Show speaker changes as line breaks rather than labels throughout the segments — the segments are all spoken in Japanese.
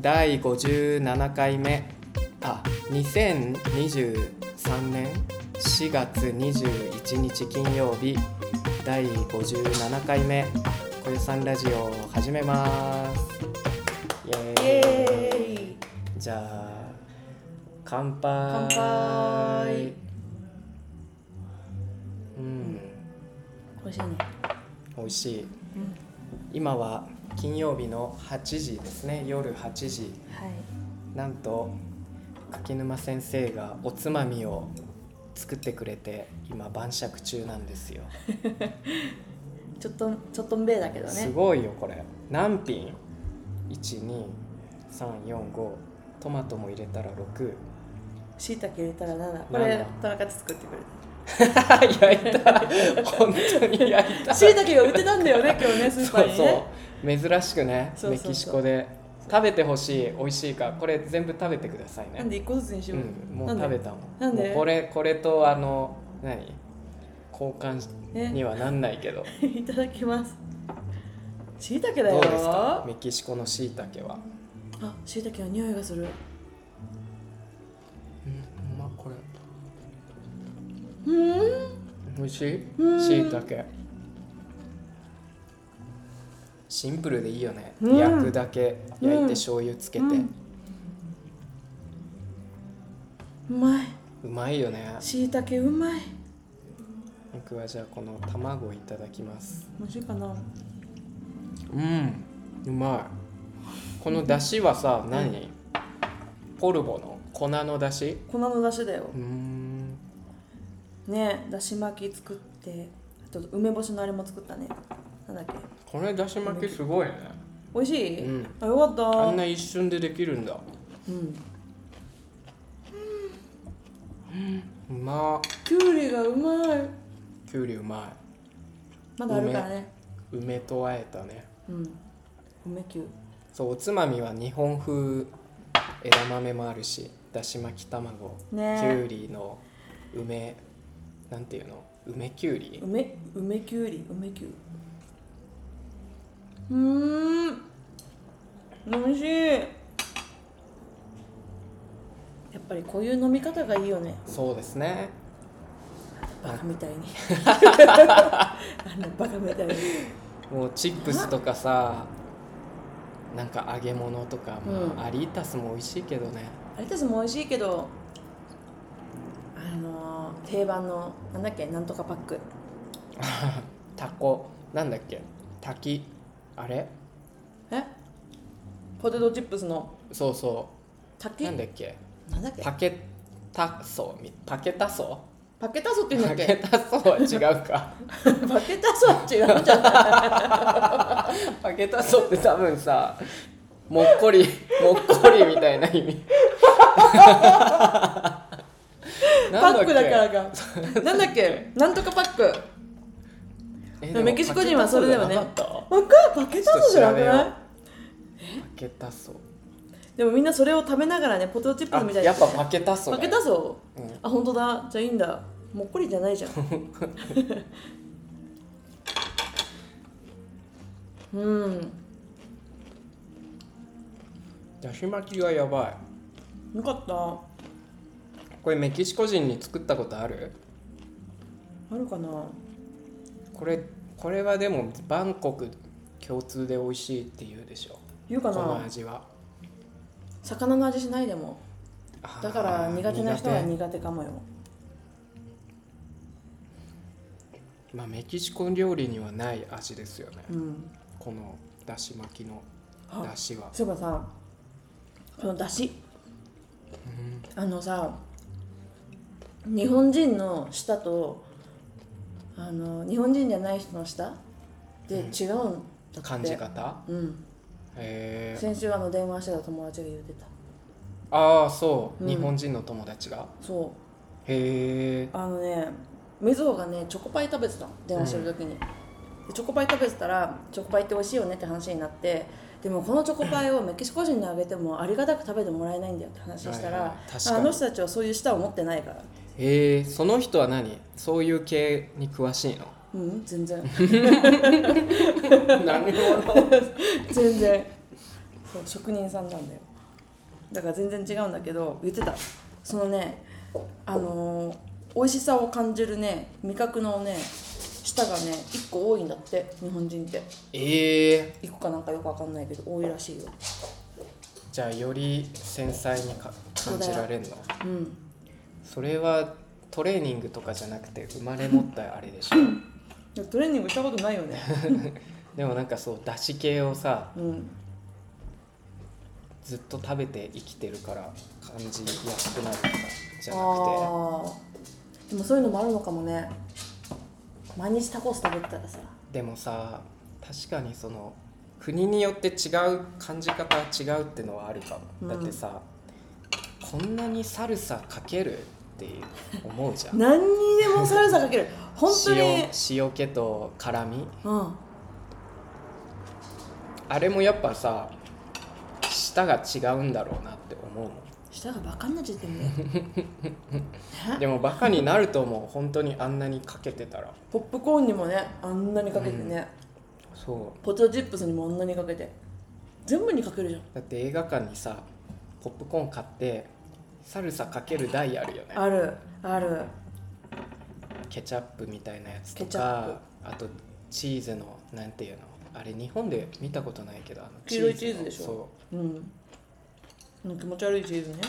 第57回目あ2023年4月21日金曜日第57回目「こよさんラジオ」を始めますイエ
イ
ーイ
エーイ
じゃあ乾杯
乾杯
うん
美味しいね
美味しい今は金曜日の8時ですね夜8時
はい
なんと柿沼先生がおつまみを作ってくれて今晩酌中なんですよ、
ちょっとちょっとんべえだけど
す
ね
ごいよこれ何品 ?12345 トマトも入れたら6
しいたけ入れたら7こ
なん
れ
だ
田中作ってくれ
焼いた本当に焼いた
たしいたけが売ってたんだよね今日ねスーパ
そ
ー
う
にね
そう珍しくね
そうそうそう
メキシコで食べてほしい美味しいからこれ全部食べてくださいね
なんで1個ずつにしよう
うん、もう
なんで
食べたもん
なんで
もうこれこれとあの何交換しに
ね
はなんないけど
いただきますしいたけだ
ど
よ
うですかメキシコのしいたけは
あしいたけの匂いがする
うんまこれ
うん
美味し
う
い
ん
しいたけシンプルでいいよね、
うん
焼くだけ
うん
焼いて醤油つけて、う
うんうまい
まいよね
しいたけうまい
僕はじゃあこの卵いただきます
美味しいかな
うんうまいこの出汁はさ何、ポルボの粉の出汁
粉の出汁だよ
うーん
ねだし巻き作ってあと梅干しのあれも作ったねなんだっけ
これだし巻きすごいね
美味しい、
うん
あよかった
あんな一瞬でできるんだ
うん
うま
きゅうりがうまい
きゅうりうま
まだあるからね
い梅とあえたね
うん梅きゅう
そうおつまみは日本風枝豆もあるしだし巻き卵きゅう
ね
りの梅なんていうの梅きゅうり
梅梅きゅうり梅きゅううーん美味しいやっぱりこういう飲み方がいいよね
そうですね
バカみたい にあのバカみたいに
もうチップスとかさなんか揚げ物とか、
うん
まあアリータスも美味しいけどね
アリタスも美味しいけどあのー定番のなんだっけなんとかパック
タコなんだっけ滝あれ
えポテトチップスの
そうそ
滝
うなんだっけ
なんだっけ
パケタソみパケタソ
パケタソって言
パ
うんだっ
ケ
け
タソは違うか
パケタソは違うんじゃな い
パケタソって多分さもっ こりもっこりみたいな意 味
パックだか
ら
らか なんだっけなんとかパックメキシコ人はそれだよね
パ
わかるパケタソじゃなく
ちょっと調べ
な
よ
い
ケタソ
でもみんなそれを食べながらねポテトチップ
あ
スみたいな
やっぱパケタソ
パ
だ
ケ
よ
タソ
うん
あ本当だじゃあいいんだもっこりじゃないじ ゃんうん
だし巻きがやばい
よかった
これメキシコ人に作ったことある
あるかな
これこれはでもバンコク共通で美味しいって言うでしょ
言うか
この
な
味は
魚の味しないでも
あー
だから苦手な人は
苦
苦手かもよ
手まあメキシコ料理にはない味ですよね
うん
このだし巻きの
あ
だしは
そういえばさこのだしあのさ日本人の舌とあの日本人じゃない人の舌で
うん
違うんだって、
感じ方
うん
へえ
先週あの電話してた友達が言ってた
ああそう、
うん
日本人の友達が
そう
へえ
あのねみずほがねチョコパイ食べてたの電話してる時に、でチョコパイ食べてたらチョコパイって美味しいよねって話になってでもこのチョコパイをメキシコ人にあげてもありがたく食べてもらえないんだよって話したら、
はいはい確かに
あの人たちはそういう舌を持ってないから
へえその人は何そういう系に詳し いの
うん全然
なるほど
全然そう職人さんなんだよだから全然違うんだけど言ってたそのねあのー美味しさを感じるね味覚のね舌がね1個多いんだって日本人って
ええ
1個かなんかよくわかんないけど多いらしいよ
じゃあより繊細にか感じられるの
うん
それはトレーニングとかじゃなくて生まれ持ったあれで しょ
いやトレーニングしたことないよ ね
でもなんかそうだし系をさ
うん
ずっと食べて生きてるから感じやすくなるとかじゃ
あ
な
ーでもそういうのもあるのかもね毎日タコス食べてたらさ
くてでもさ確かにその国によって違う感じ方違うってのはあるかも、
うん
だってさこんなにサルサかけるって思うじゃん
何にでもサルサかけ る本当に
塩塩気と辛み
うん
あれもやっぱさ舌が違うんだろうなって思うもん
舌がバカになっちゃって んだよね
でもバカになると思う本当にあんなにかけてたら
ポップコーンにもねあんなにかけてね、
そ
ポテトチップスにもあんなにかけて全部にかけるじゃん
うだって映画館にさポップコーン買ってサルサかける台あるよね
あるある
ケチャップみたいなやつと
ケチャッ
かあとチーズのなんていうのあれ日本で見たことないけどあの
黄色い
の
チーズでしょ
そ
うんうん気持ち悪いチーズね
う、うん、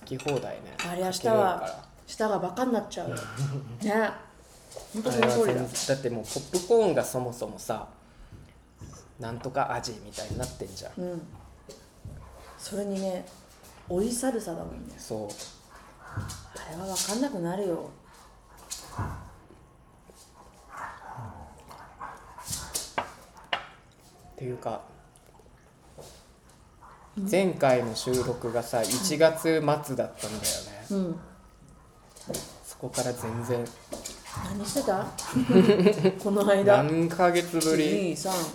好き放題ね
あれ明日
かけれる
は
か
舌がバカになっ ちゃうよね本当
ら
その通り
あれ
だ
は全然だってもうポップコーンがそもそもさなんとか味みたいになってんじゃん
うんそれにね追いサルサだもんね
そう
あれは分かんなくなるよ
っていうか前回の収録がさ1月末だったんだよね
うん
そこから全然
何して たこの間
何ヶ月ぶり
1 2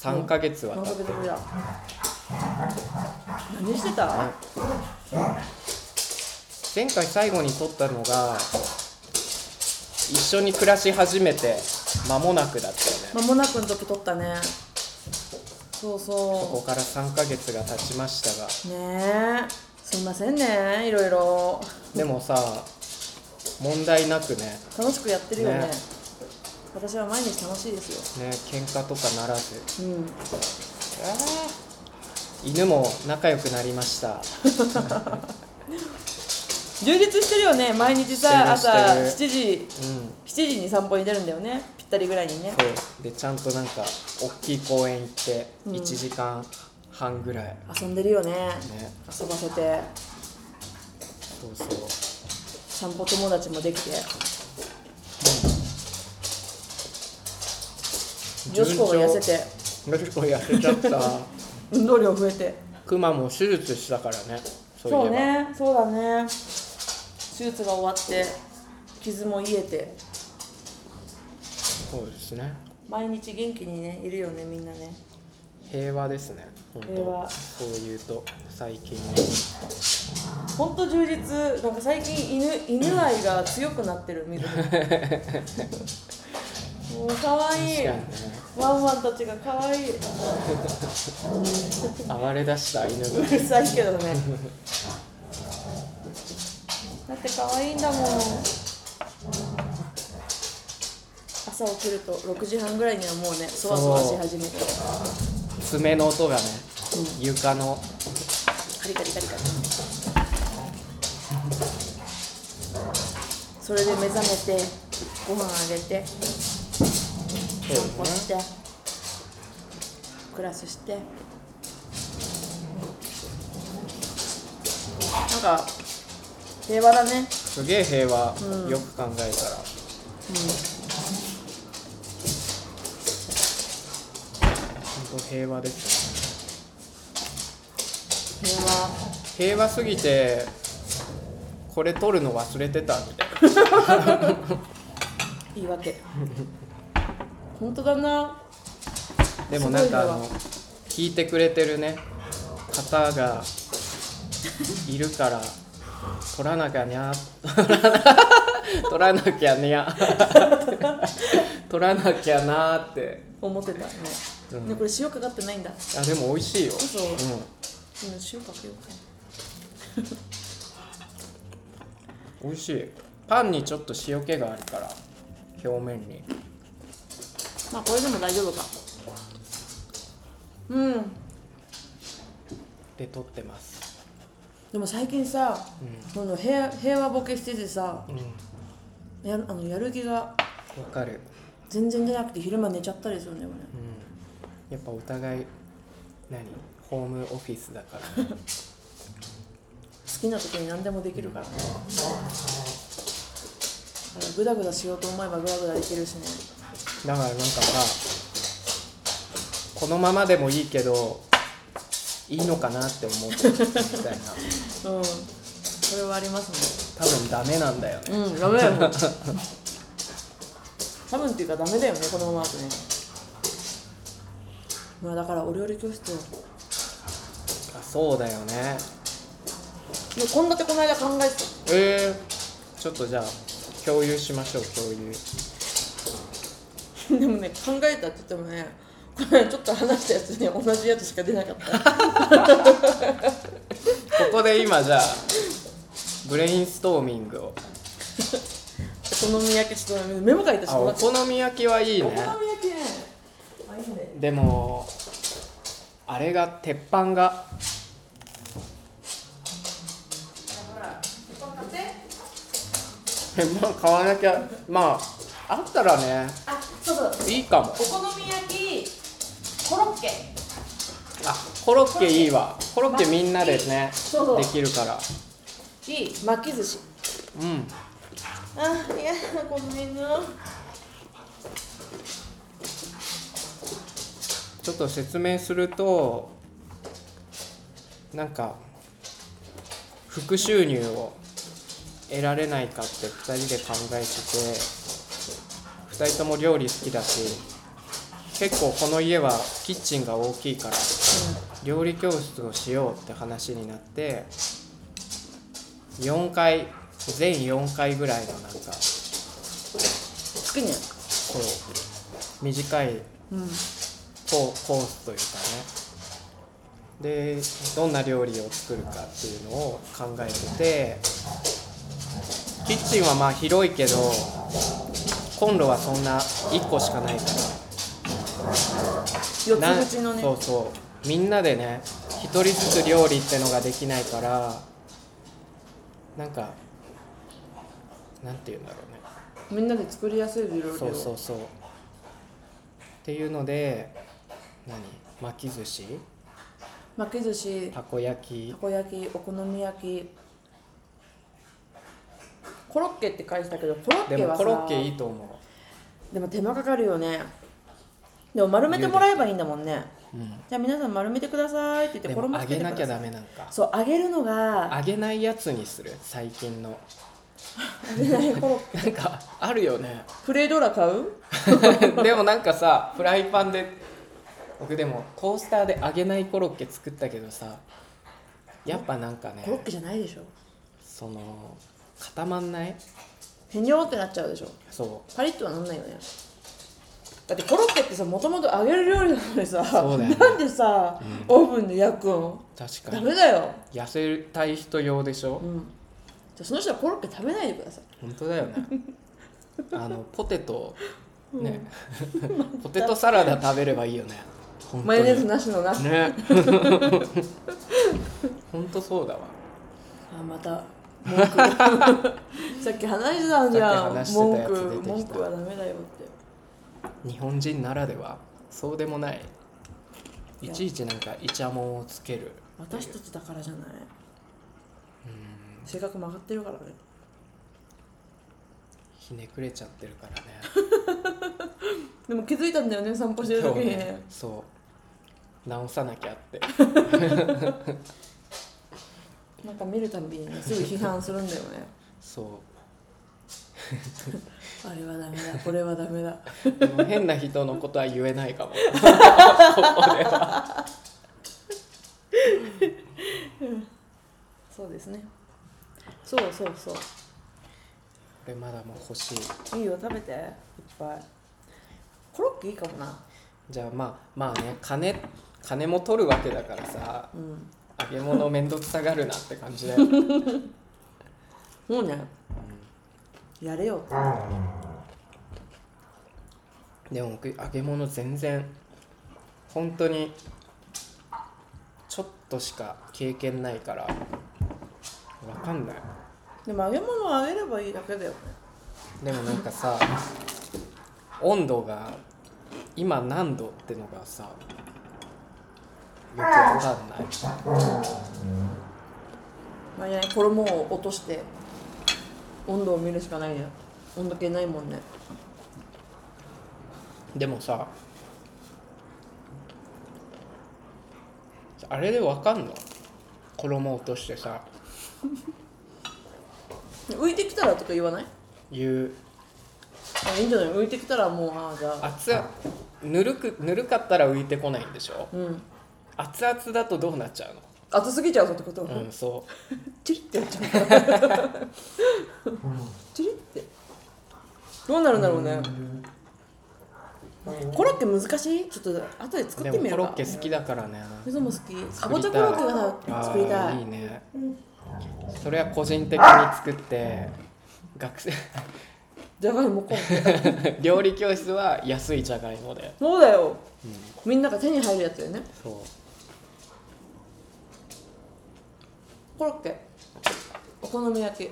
3
3ヶ月は
何
経
ヶ
って
月ぶりだ何してた
前回最後に撮ったのが一緒に暮らし始めて間もなくだったよね
間もなくの時撮ったねそう
そこ
そ
から3ヶ月が経ちましたが
うねえすいませんねいろいろ
でもさ問題なくね
楽しくやってるよね
ね
私は毎日楽しいです
ね喧嘩とかならず
ようん
犬も仲良くなりました
充実してるよね毎日さ
して
朝
るし
7時
うん
7時に散歩に出るんだよねぴったりぐらいにね
そうでちゃんとなんか大きい公園行って
うん
1時間半ぐらい、
遊んでるよね
ね
遊ばせて
そうそう、う
散歩友達もできて
ん、
女 子校が痩
順調女子校痩せ
せて
ちゃった
運動量増えて
クマも手術したからねそういえば
そうねそうだね手術が終わって傷も癒えて
そうですね
毎日元気にねいるよねみんなね
平和ですね本当
平和
そういうと最近ね
ほんと充実なんか最近犬犬愛が強くなってるみず ほもう可愛い
確か
ワンワンたちが可愛いう
にね暴れ出した犬
う
が
るさいけどねだって可愛いんだもん朝起きると6時半ぐらいにはもうねそわそわし始めて
爪の音がね床の
カリカリカリカリそれで目覚めてご飯あげて散
そう
歩
です
し
ね
てクラスしてなんか平和だね
すげえ平和、
うん
よく考えたら本当平和ですね
平和
平和すぎてこれ撮るの忘れてたみたい
言い訳本当だな
なでもなんかあ
すご
の
い
聞いてくれてるね方がいるから撮らなきゃにゃ 撮らな きゃにゃ撮らなきゃなーって
思ってたね
うん
ねこれ塩かかってないんだ
あでも美味しいよ、
嘘
う
今塩かけようか
ん、美味しいパンにちょっと塩気があるから表面に
まあこれでも大丈夫かうん
で取ってます
でも最近さ、この平平和ボケしててさ
うん
やあのやる気が
わかる、
全然出なくて昼間寝ちゃったりするんだよね
うん、やっぱお互い何ホームオフィスだから
好きな時に何でもできるからねだからグダグダしようと思えばグダグダできるしね
だからなんかさこのままでもいいけどいいのかなって思ってるみたいな
うんそれはあります
多分ダメなんだよね
ねうんダメだよ多分っていうかダメだよねこのままだとねまあだからお料理教室を
あそうだよね
で献立この間考えてた
えー、ちょっとじゃあ共有しましょう共有
でもね考えたって言ってもねこれちょっと話したやつに同じやつしか出なかった
ここで今じゃあブレインストーミングを
お好み焼きちょっとメモ書いたし
あ
も
お
らって
好み焼きはいい
お
ね
好み焼きねあいいね
でもあれが鉄板が
ほら鉄板買って
鉄板買わなきゃまああったらね
あそうそう
いいかも
お好み焼きコロッケ
あコロッケいいわコロッケみんなでね
そうそう
できるから
いい巻き寿司
うん
あいやごめんな
ちょっと説明するとなんか副収入を得られないかって2人で考えてて2人とも料理好きだし結構この家はキッチンが大きいから料理教室をしようって話になって4回全4回ぐらいのなんか
好きね
こう短い
うん
ココースというかねでどんな料理を作るかっていうのを考えててキッチンはまあ広いけどコンロはそんな1個しかないから
四
な
つ口のね
そうそうみんなでね1人ずつ料理ってのができないからなんかなんて言うんだろうね
みんなで作りやすい料理を
そうそうそうっていうので何巻き寿司
巻き寿司
たこ焼き
たこ焼きお好み焼きコロッケって書いてたけどコロッ
で
ケは
もコ
さ
ロッケいいと思
でも手間かかるよねでも丸めてもらえばいいんだもんね
う、
じゃあ皆さん丸めてくださいって言って
でも
衣
揚
つけ
げ
てくだ
な
さい
きゃダメなんか
そう揚げるのが
揚げないやつにする最近 の
揚げないコロッケ
なんかあるよ ね
プレードラ買う
でもなんかさフライパンで僕でもトースターで揚げないコロッケ作ったけどさやっぱなんか
コロッ
ね
ケじゃないでしょ
その固まんない
へにょーってなっちゃうでしょ
そう
パリッとはなんないよねだってコロッケってさもともと揚げる料理なのにさ
そうだよね
なんでさ、オーブンで焼くん
確か
ダ
に
メだよ
痩せたい人用でしょ、
うん、じゃあその人はコロッケ食べないでください
本当だ よねあのポテトね、 ポテトサラダ食べればいいよね本当
マヨネーズ
に
なしのな、
ね本当そうだわ
あまた文句 さっき話してたんじゃん
さっき話してた
文
やつ
句
出てきた
文句はダメだよって
日本人ならではそうでもない
い
い
や
ちいちなんかイチャモンをつける
私たちだからじゃない性格曲がってるからね
ひねくれちゃってるからね
でも気づいたんだよね散歩してる
今
時
日
に
ねそう直さなきゃって
なんか見るたびにねすぐ批判するんだよ ね
そ
あれはダメだこれはダメだ
うでも変な人のことは言えないかもここでは
そうですねそうそうそう
これまだもう欲しい
いいよ食べていっぱいコロッケいいかもな
じゃあまあまあね金金も取るわけだからさ
うん
揚げ物面倒くさがるなって感じだよね
もうねやれよって
でも僕揚げ物全然本当にちょっとしか経験ないからわかんない
でも揚げ物を揚げればいいだけだよね
でもなんかさ温度が今何度ってのがさよくわかんない
まあね衣を落として温度を見るしかないね温度計ないもんね
でもさあれでわかんの衣落としてさ
浮いてきたらとか言わない
いう
あいいんじゃない浮いてきたらもうああじゃあ
熱々ぬるくぬるかったら浮いてこないんでしょ
うん
熱々だとどうなっちゃう
熱すぎちゃうぞってこと、
のうんそう
チリってやっちゃうからチリってどうなるんだろうねコロッケ難しいちょっと後で作
で
って
も
み
コ
る
ロ
か
ッケ好きだからね
水も好きかぼちゃコロッケが
あ
さ
ー
作りたい
いいね、それは個人的に作って学生
じゃがいもコロッケ
料理教室は安いじゃがいもで
そうだよ、みんなが手に入るやつだよね
そう
コロッケお好み焼き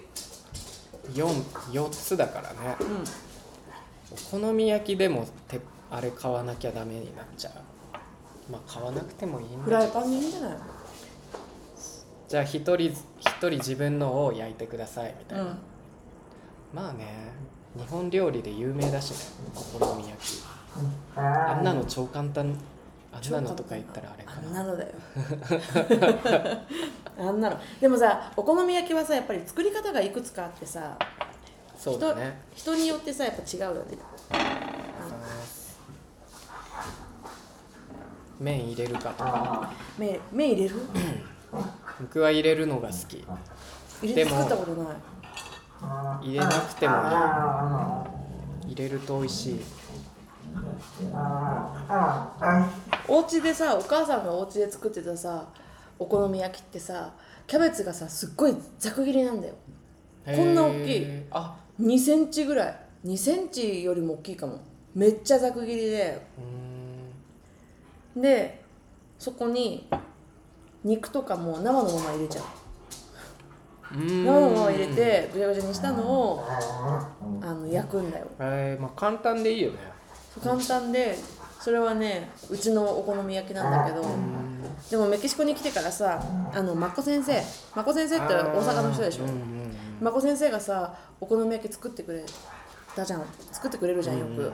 4, 4つだからね
うん
お好み焼きでもてあれ買わなきゃダメになっちゃうまあ買わなくてもいいん
フ
だ
ラ
け
イ
ど
パンでいいんじゃない
じゃあ一人ず一人自分のを焼いてくださいみたいな、
うん
まあね日本料理で有名だしねお好み焼きあんなの超簡単あんなのとか言ったらあれか
あ
なん
な のだよあんなのでもさお好み焼きはさやっぱり作り方がいくつかあってさ
そうだね
人によってさやっぱ違うよね
麺入れるかとか
目目入れる
僕は入れるのが好き
入
で
れて
も
作ったことない
入れなくてもいい入れると美味しい
お家でさお母さんがお家で作ってたさお好み焼きってさキャベツがさすっごいざく切りなんだよこんな大きい
へーあ
2センチぐらい2センチよりも大きいかもめっちゃざく切りで
うーん
でそこに肉とかも生のまま入れちゃう
うーん
生のまま入れてぐちゃぐちゃにしたのをあの焼くんだよ
えーまあ簡単でいいよね
簡単でそれはねうちのお好み焼きなんだけどでもメキシコに来てからさあのマコ先生マコ先生って大阪の人でしょ
うんうんうん
まこ先生がさお好み焼き作ってくれたじゃん作ってくれるじゃんよく、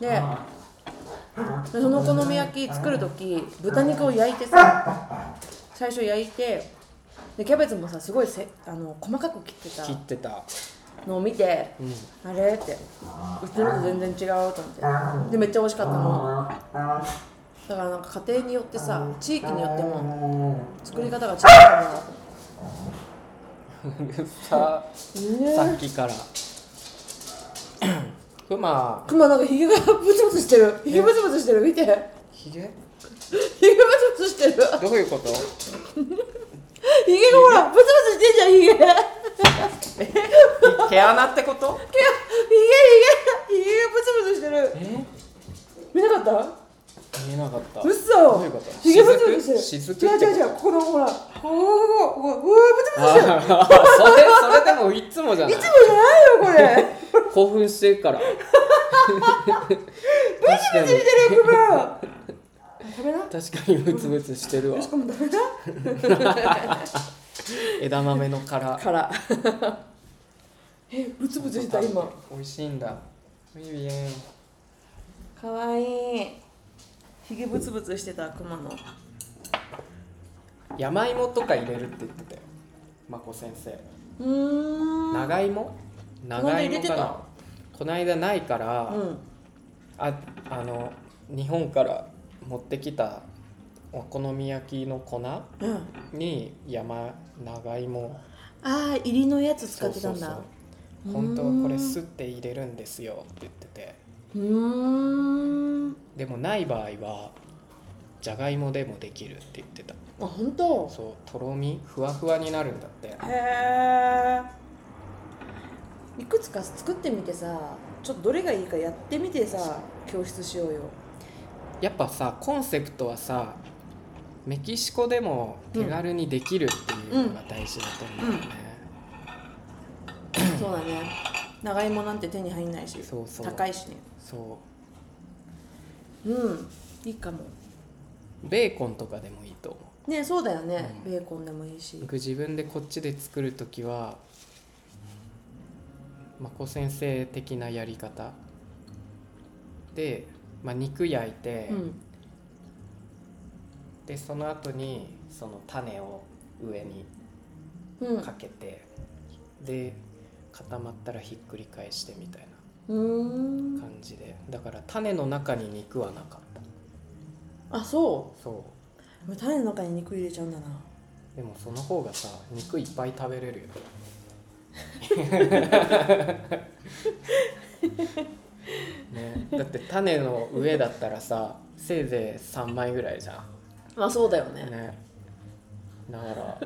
ででそのお好み焼き作る時豚肉を焼いてさ最初焼いてでキャベツもさすごいせあの細かく切って
切ったてた、
のを見て
うん、
あれってうちのと全然違うと思ってでめっちゃ美味しかったのだからなんか家庭によってさ地域によっても 作り方が違うからなと
さ
思って
さ
ね
っき からクマ
クマなんかひげがブツブツしてるひげブツブツしてる見て
ひげ
ひげブツブツしてる。
どういうこと
ひげがほら、ブツブツしてんじゃん、ひげ。ひげ、ひ
毛穴ってこと
げ、ひげがブツブツしてる。
え
見なかった
見えなかったど
嘘
ういうこと
ひげブツブツして
雫
る。違う
雫ってこと
違う違う、ここのほら、ここ、ここ、ここ、うわブツブツ
あ
してる。
ーそれそれでもいつもじゃない
いつもじゃないよ、これ。
興奮してる から
ブツブツしてる、クマ。食べな。
確かにブツブツしてるわ
よしこも食べな。
枝豆の殻
から。え、ブツブツした、今。
美味しいんだいいね
かわいい。ひげブツブツしてた、クマの。
山芋とか入れるって言ってたよまこ先生
うーん。
長芋長
この間入れ
芋
て
かな
た
この間ないから、
うん。
ああの日本から持ってきたお好み焼きの粉
うん。
に山長芋
ああ入りのやつ使ってたんだ
そうそうそ
う
う本当はこれすって入れるんですよって言ってて
ーんん
でもない場合はじゃがいもでもできるって言ってた
あ本当
そうとろみふわふわになるんだって
へえいくつか作ってみてさちょっとどれがいいかやってみてさ教室しようよ
やっぱさコンセプトはさメキシコでも手軽にできるっていうのが大事だと思うんだよね、
そうだね長芋なんて手に入んないし
そうそう
高いしね
そ
うんいいかも
うベーコンとかでもいいと思
ねそうだよね、
うん
ベーコンでもいいし
う僕自分でこっちで作る時はまこ先生的なやり方で、まあ、肉焼いて、
うん
でその後にその種を上に
うん
かけて、で固まったらひっくり返してみたいな
うーん
感じでだから種の中に肉はなかった
あそ
そう
種の中に肉入れちゃうんだな
うでもその方がさ肉いっぱい食べれ るよねねだって種の上だったらさせいぜい3枚ぐらいじゃ
まあそうだよ
ん
ね
ねだから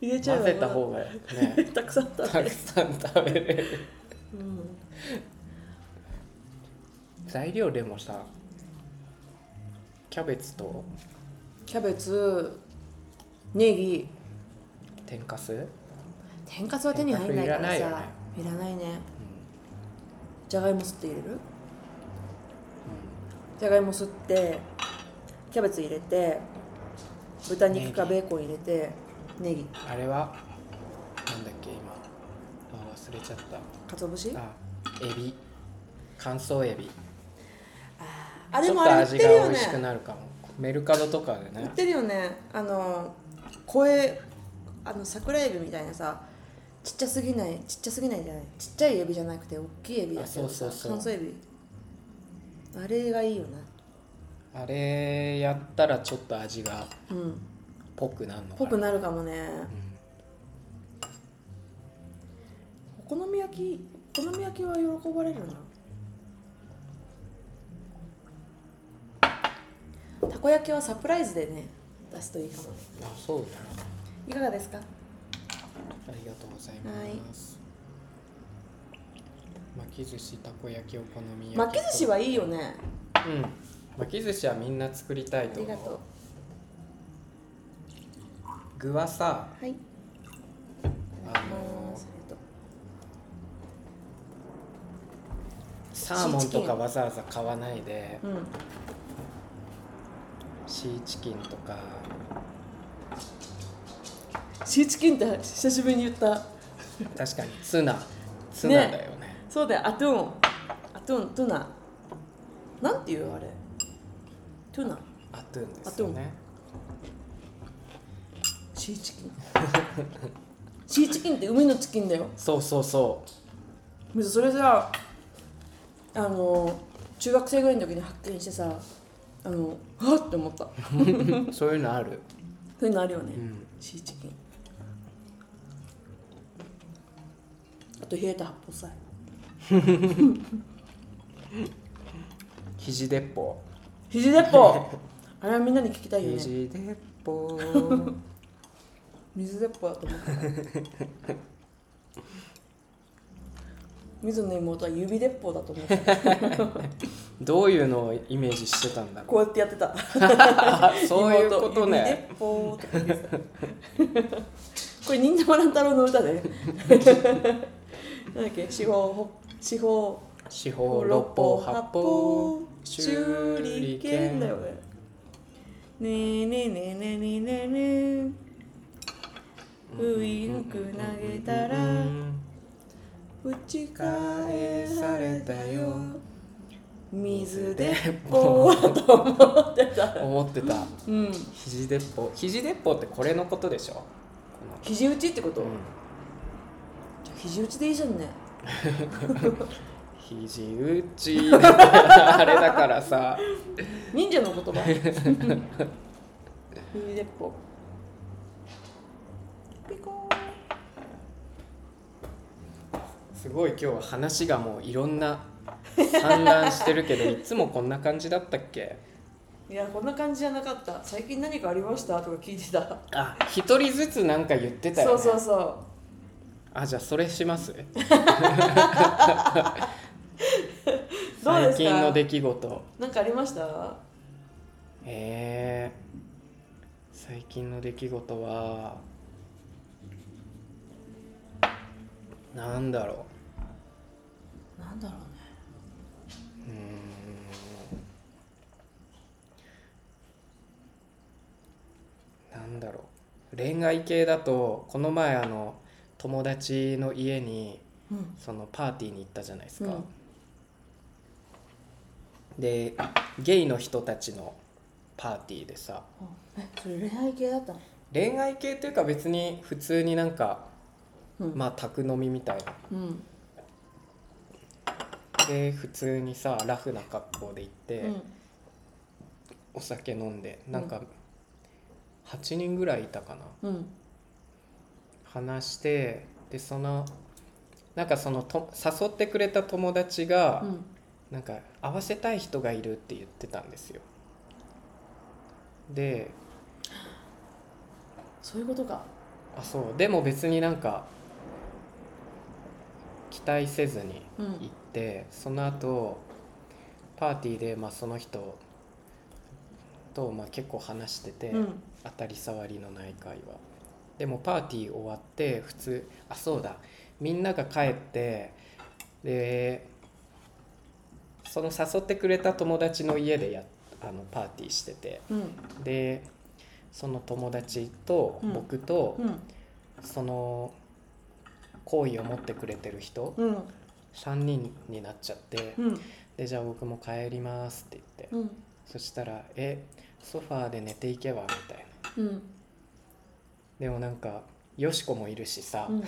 入れちゃえ
混
ば
ぜた方がね
たくさん 食べ
たくさん食べれる
うん
材料でもさキャベツと
キャベツネギ
天かす、うん、
天かすは手に入んないからさ
天
い
か
ら
すいら
な
ないい
ねじゃがいもすって入れるじゃがいもすってキャベツ入れて豚肉か
ネ
ベーコン入れてネギ
あれはなんだっけ今あ忘れちゃった
かつお節
あエビ乾燥エビ
あ
ち
れ
ょっ
も
と
あれ売っ
味
て
が
るよ
美味しく
ね
なるかもメルカドとかで
売っ
ね
てるよねあの声あの桜エビみたいなさちっちゃすぎないちっちゃすぎないじゃないちっちゃいエビじゃなくて大きいエビだけど
あそ
さ
うそうそう
乾燥エビあれがいいよね
あれやったらちょっと味が
うん
ぽくなるのか
ぽく
な
なるかもね、お好み焼きお好み焼きは喜ばれるなたこ焼きはサプライズでね出すといいかもね
あそうだない
かがですか
ありがとうございます、巻き寿司たこ焼きお好み焼き
巻き寿司はいいよね
うん巻き寿司はみんな作りたい
あ
と
り
思
が
う
とう
具はさ
はいいただきます
サーモンとかわざわざ買わないで
ありがとううん
シーチキンとか
シーチキンって久しぶりに言った
確かにツナツナだよね
そうだよアトゥーンアトゥーントゥナなんていうあれトゥナ
アトゥーンですよね
シーチキンシーチキンって海のチキンだよ
そうそうそう
水それさあの中学生ぐらいの時に発見してさあのはっって思った
そういうのある、
そういうのあるよね、
うん、
シーチキンあと冷えた八宝菜
肘鉄砲
肘鉄砲あれはみんなに聞きたいよね
肘鉄砲うん
水鉄砲だと思った水野の妹は指鉄砲だと思っ てた
どういうのをイメージしてたんだろ
こうやってやってた
うそういうこと
妹
ね
指鉄砲とか言ってたこれ忍者乱太郎の歌でなんだっけ四方ほ四方
四方六方八方
手裏剣だよねねえねえねえねえねえねえねえウインク投げたら
うん
打ち返されたよ水で
ポ
ポーと思ってた
思ってた
うん
肘鉄砲肘鉄砲ってこれのことでしょこ
肘打ちってこと、
の、うん
じゃあ肘打ちでいいじゃんね
肘打ち あれだからさ
忍者の言葉 指鉄砲ピコ
すごい今日は話がもういろんな 散乱してるけどいつもこんな感じだったっけ
いやこんな感じじゃなかった最近何かありましたとか聞いてた
あ一人ずつなんか言ってたよ、
そ
ね、
うそうそ
あじゃあそれします
うどうで
最
す
近の
か
出来事
なんかありました
えー、最近の出来事はなんだろ
なんだろうね
ううーんなんだろう恋愛系だとこの前あの友達の家に
うん
そのパーティーに行ったじゃないですか、
うん
でゲイの人たちのパーティーでさ
えそれ恋愛系だったの
恋愛系というか別に普通になんか、
うん
まあ宅飲みみたいな
うん
で普通にさラフな格好で行って、
うん
お酒飲んでなんか8人ぐらいいたかな
うん
話してでそのなんかそのと誘ってくれた友達が、
うん
なんか会わせたい人がいるって言ってたんですよで
そういうことか
あそうでも別になんか期待せずに
う
行
ん
ってその後パーティーで、まあ、その人と、まあ、結構話してて、
うん
当たり障りのない会話でもパーティー終わって普通あそうだみんなが帰ってでその誘ってくれた友達の家でやあのパーティーしてて
うん
でその友達と
うん
僕と、
うん
その好意を持ってくれてる人
うん
3人になっちゃって
うん
でじゃあ僕も帰りますって言って
うん
そしたら「えソファーで寝ていけば」みたいな
うん
でもなんかよしこもいるしさ、
うん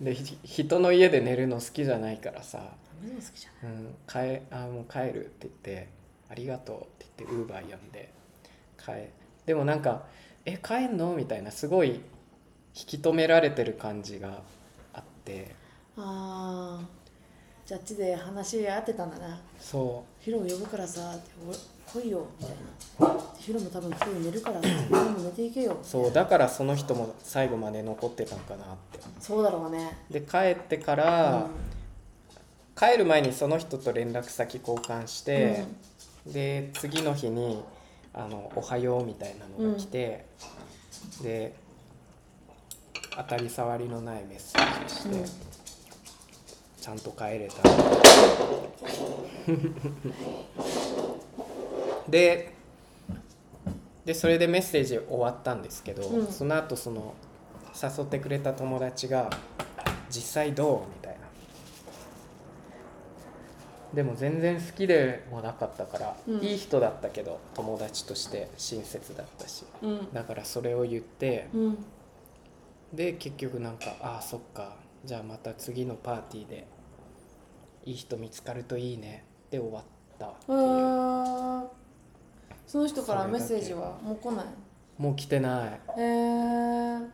でひ人の家で寝るの好きじゃないからさ
ダメでも好きじゃない
「うん、帰あもう帰る」って言って「ありがとう」って言ってウーバー呼んで帰でもなんか「え帰んの?」みたいなすごい引き止められてる感じがあって
ああじゃああっちで話合ってたんだな
そ
ヒロも呼ぶからさってお来いよみたいなヒロも多分今日寝るからってヒロも寝ていけよ
うそうだからその人も最後まで残ってたんかなって
そうだろうね
で帰ってから、帰る前にその人と連絡先交換して、で次の日にあの「おはよう」みたいなのが来て、で当たり障りのないメッセージをして、
うん
ちゃんと帰れた ででそれでメッセージ終わったんですけど、
うん
その後その誘ってくれた友達が「実際どう?」みたいな。でも全然好きでもなかったから、
うん
いい人だったけど友達として親切だったし
うん
だからそれを言って
うんうん
で結局なんかああそっかじゃあまた次のパーティーでいい人見つかるといいねで終わったっていう
あーその人からメッセージはもう来ない
もう来てない
えー、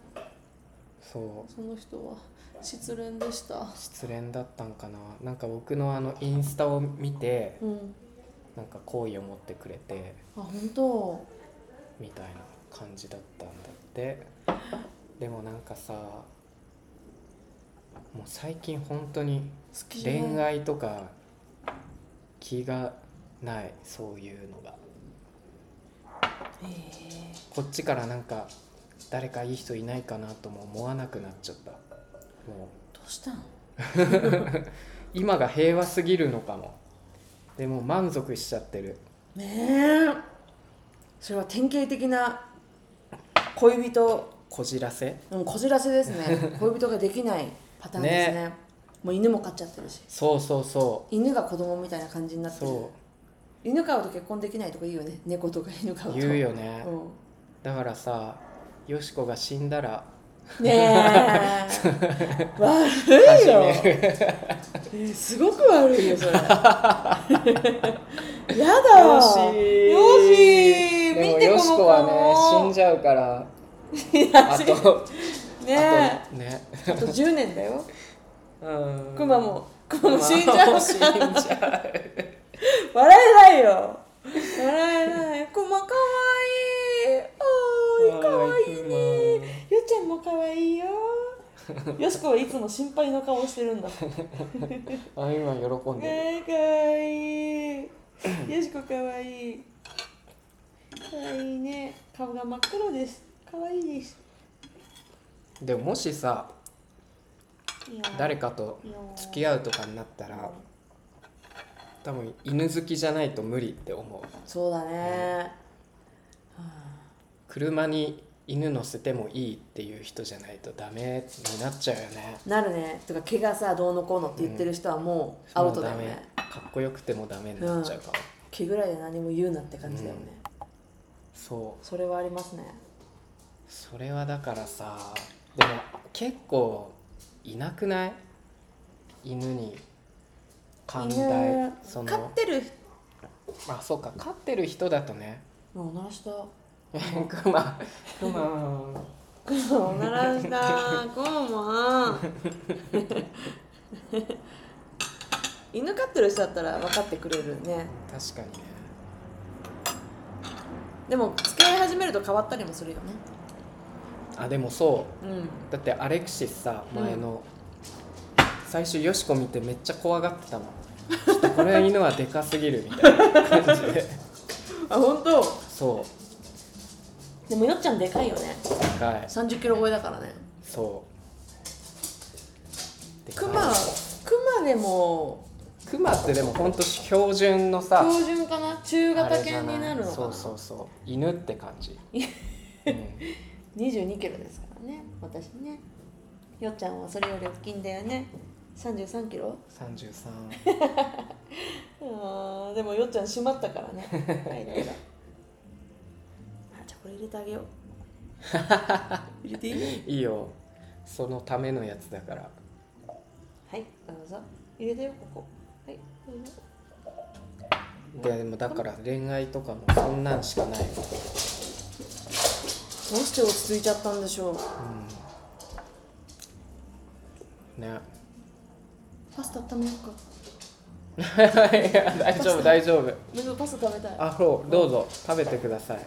そう
その人は失恋でした
失恋だったんかななんか僕のあのインスタを見て
うん
なんか好意を持ってくれて
あ本当
みたいな感じだったんだってでもなんかさもう最近本当に
好きじゃない
恋愛とか気がないそういうのが
え
こっちからなんか誰かいい人いないかなとも思わなくなっちゃったもう
ー、どうしたの
今が平和すぎるのかもでも満足しちゃってる
ねえそれは典型的な恋人
こじらせ
うんこじらせです ね恋人ができないパターンですねもう犬も飼っちゃってるし
そうそうそ
犬が子供みたいな感じに
う
なってる
そ
犬飼うと結婚できないとか言うよね猫とか犬飼う
う
と
言うよね
う
だからさよしこが死んだら
ん、ねえ 悪いよ、えすごく悪いよ それやだよ
よしー
よし
で
ー見
も
てこ
よ
の
し
子
こはね死んじゃうからあとあ
ね
とね
えあと10年だよ
うん
クマもこの死んじゃう
死んじゃう
笑えないよ笑えないクマかわいいおーいかわいいねよちゃんもかわいいよよしこはいつも心配の顔してるんだ
あ今喜んでる
えー、かわいいよしこかわいいかわいいね顔が真っ黒ですかわいいです
でももしさ誰かと付き
合
合うとかになったら多分犬好きじゃないと無理って思う
そうだね、
車に犬乗せてもいいっていう人じゃないとダメになっちゃうよね
なるねとか毛がさどうのこうのって言ってる人はもうアウトだよ
もうダ
ね
メ、かっこよくてもダメになっちゃうから、
毛ぐらいで何も言うなって感じだよね、
そう
それはありますね
それはだからさでも結構いなくない犬に寛大
犬
そ
飼
の
ってる
あそうか飼ってる人だとね
もう鳴ら した
クマクマ
おならしたゴーマン犬飼ってる人だったら分かってくれるね
確かにね
でも付き合い始めると変わったりもするよね
あでもそう
うん
だってアレクシスさ前の、最初よしこ見てめっちゃ怖がってたもんちょっとこれは犬はでかすぎるみたいな感じ で
あ本当。
そ
でもよっちゃんでかいよね
うでかい
3 0キロ超えだからね
そうでか
ク
い
マクマでも
クマってでもほんと標準のさ
標準かな中
あ
型
れじゃ
犬
ない
になるのか
そ
な
うそうそう犬って感 じ、うん
2 2キロですからね私ねよっちゃんはそれより大きいんだよね3 3キロ
33
あーでもよっちゃん閉まったから ねはいどうぞあじゃあこれ入れてあ げよう入れていい
いいよそのためのやつだから
はいどうぞ入れてよここはいどうぞ
ででもだから恋愛とかもそんなんしかないよ、
どうして落ち着いちゃったんでしょう
う ん、ね
パスタ食べようか
いや大丈夫大丈夫
みんなパスタ食べたい
アフロどうぞ食べてください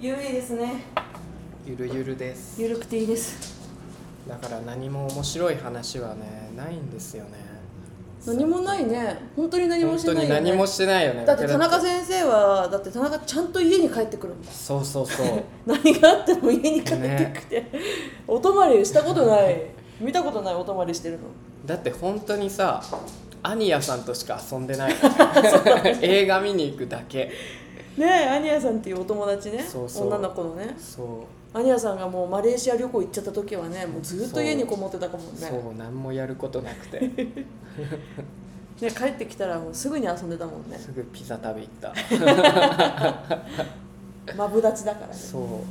ゆるいですね
ゆるゆるです
ゆるくていいです
だから何も面白い話はねないんですよね
何もないね本当に何も
本
して
当
ない
に
よ、ね、
何もしてないよね
だって田中
だ
先生はだって田中ちゃんと家に帰ってくるもん
ってそうそう そう
何があっても家に帰ってきて、お泊まりしたことない見たことないお泊まりしてるの
だって本当にさアニヤさんとしか遊んで ない映画見に行くだけ
ねえアニヤさんっていうお友達ね
そうそう
女の子のね
そ
アニヤさんがもうマレーシア旅行行っちゃった時はねもうずっと家にこもってたかも
う
ね
そう何もやることなくて
ね帰ってきたらもうすぐに遊んでたもんね
すぐピザ食べ行った
マブダチだからね
そう
うん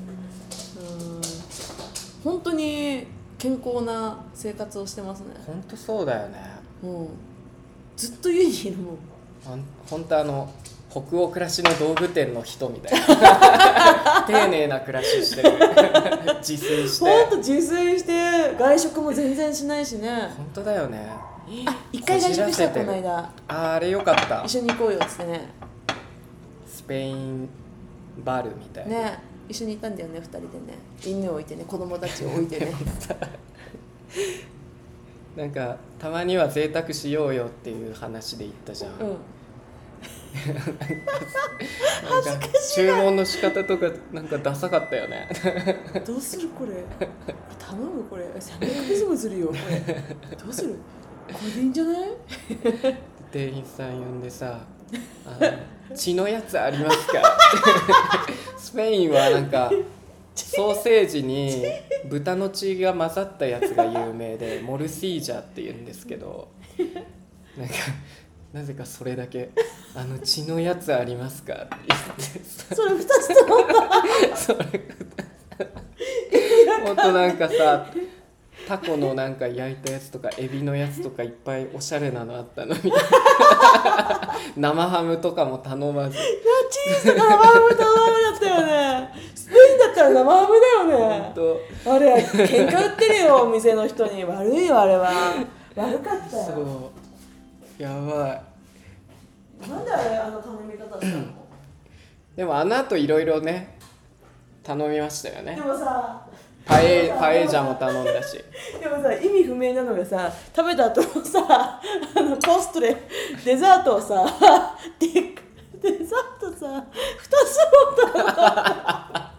本当に健康な生活をしてますね
本当そうだよね
うんずっと家にいるもん
ほん本当あの北欧暮らしの道具店の人みたいな丁寧な暮らししてる自炊して
ほんと自炊して外食も全然しないしね
本当だよね
一回外食した
こじ
こ
らせてる
の間
あーあれよかった
一緒に行こうよっつってね
スペインバルみたいな、
ね一緒に行ったんだよね二人でね犬を置いてね子供たちを置 いてね
なんかたまには贅沢しようよっていう話で言ったじゃん、
うん
なんか注文の仕方とかなんかダサかったよね
どうするこれ頼むこれ300ペソ もするよこれどうするこれでいいんじゃない
店員さん呼んでさ「あの血のやつありますか? 」 スペインはなんかソーセージに豚の血が混ざったやつが有名でモルシージャって言うんですけどなんかなぜかそれだけ「あの血のやつありますか?」って言ってさ
それ二つ頼んだ
それ
や
もっとなんかさタコのなんか焼いたやつとかエビのやつとかいっぱいおしゃれなのあったのに 生ハムとかも頼まず
チーズとか生ハムと生ハムだったよねスペインだったら生ハムだよ
本
ね
当
あれ喧嘩売ってるよお店の人に悪いよあれは悪かったよ
そうやばい
なんであれあの頼み方したの
でもあの後いろいろね頼みましたよ
で
ね
もさ
パエパエージャも頼んだし
でもさ意味不明なのがさ食べた後もさあのコストでデザートをさでデザートさ2つも頼んだ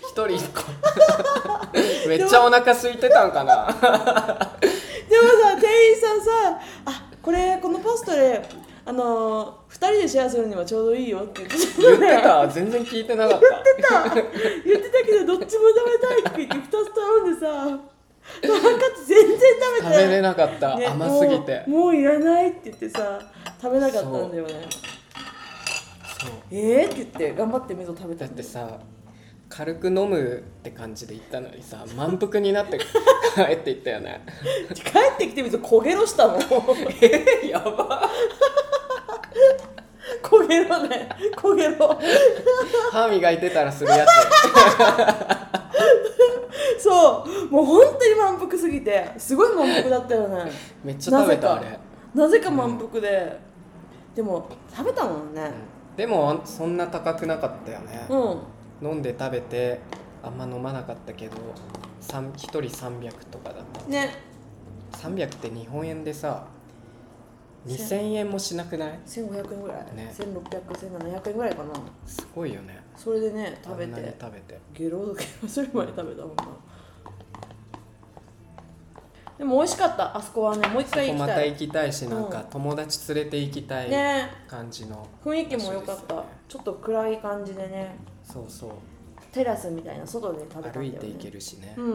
一人一個めっちゃお腹空いてたんかな
でもさ店員さんさ「あこれこのパストであの2人でシェアするにはちょうどいいよ」って言って
言ってた全然聞いてなかった
言ってたけどどっちも食べたいって言って2つ頼んでさトンカツ全然食べて
食べれなかった、
ね
甘すぎて
もうもういらないって言ってさ食べなかったんだよね
そう
えー、って言って頑張ってメゾ食べた
だっ
ん
て
です
さ軽く飲むって感じで行ったのにさ満腹になって帰って行ったよね
帰ってきてみると焦げろした の焦
えや ば
げろね焦げろ
歯磨いてたらするや
そうもう本当に満腹すぎてすごい満腹だったよね
つめっちゃ食べたあ
なぜ
れ
かなぜか満腹で、でも食べたもんね
でもそんな高くなかったよね
う、ん、
飲んで食べてあんま飲まなかったけど三一人300とかだっ
ね
た300って日本円でさ2000円もしなくない
1500円ぐらい、
ね
16001700円ぐらいかな
すごいよね
それでね食べ
あんなに
て
食べて
ゲロゲロするまで食べたもんなでも美味しかったあそこはねもう一
そ
回
こ
行き
ま
た
た
い
行きたいしなん
う
か友達連れて行きたい
ね
感じの、
雰囲気も良
そ
かった、
うですよね
ちょっと暗い感じでね
そうそう
テラスみたいな外で食べたんだよ、ね、
歩いていけるしね、
うん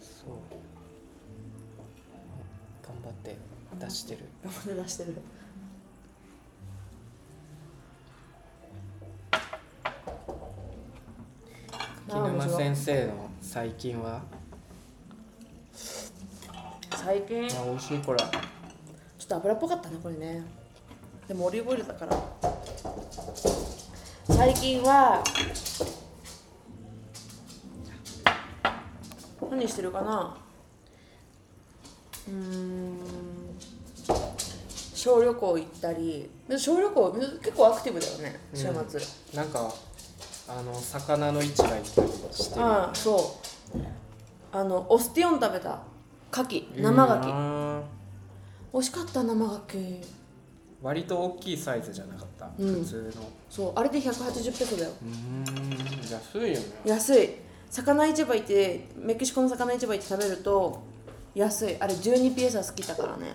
そう頑張って出してる
頑張って出してる
木沼先生の最近は
最近
あ美味しいこれ
ちょっと油っぽかったねこれねでもオリーブオイルだから最近は何してるかなうーん小旅行行ったりで小旅行結構アクティブだよね週末、
うんなんかあの魚の市場行ったりしてる
ああそうあのオスティオン食べた牡蠣生牡蠣
蠣
美味しかった生牡蠣
割と大きいサイズじゃなかった、
うん
普通の
そうあれで180ペソだよ
うーん安いよね
安い魚市場行ってメキシコの魚市場行って食べると安いあれ12ピエサ好きだからね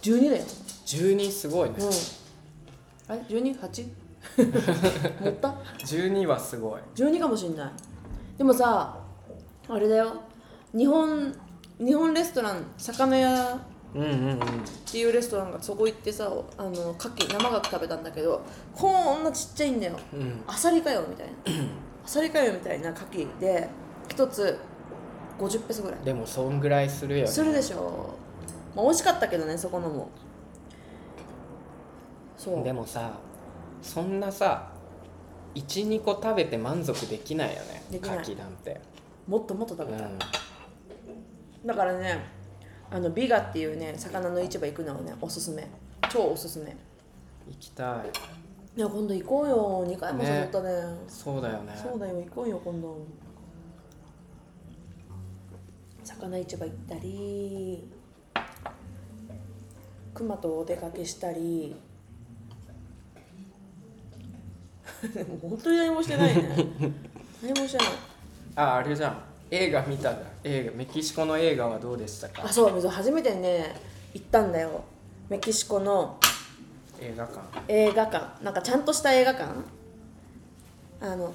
12だよ
12すごいね、
うんあれ 12?8? 持った
12はすごい
12かもしんないでもさあれだよ日本日本レストラン魚屋
うんうんうん
っていうレストランがそこ行ってさあの牡蠣生牡蠣食べたんだけどこんなちっちゃいんだよ
うん
アサリかよみたいな アサリかよみたいな牡蠣で一つ50ペソぐらい
でもそんぐらいするよね
するでしょまあ、美味しかったけどねそこのもそう
でもさそんなさ12個食べて満足できないよね
でき
牡
ない
蠣なんて、
もっともっと食
う
べたい、
ん、
だからねあのビガっていうね魚の市場行くのはねおすすめ超おすすめ
行きたい
いや今度行こうよ2回も誘ったね
そうだよね
そうだよ行こうよ今度魚市場行ったり熊とお出かけしたり もう本当に何もしてないね何もしてない
ああれじゃん映画見たんだ映画メキシコの映画はどうでしたか
あそうそう初めてね行ったんだよメキシコの
映画館
映画館なんかちゃんとした映画館あの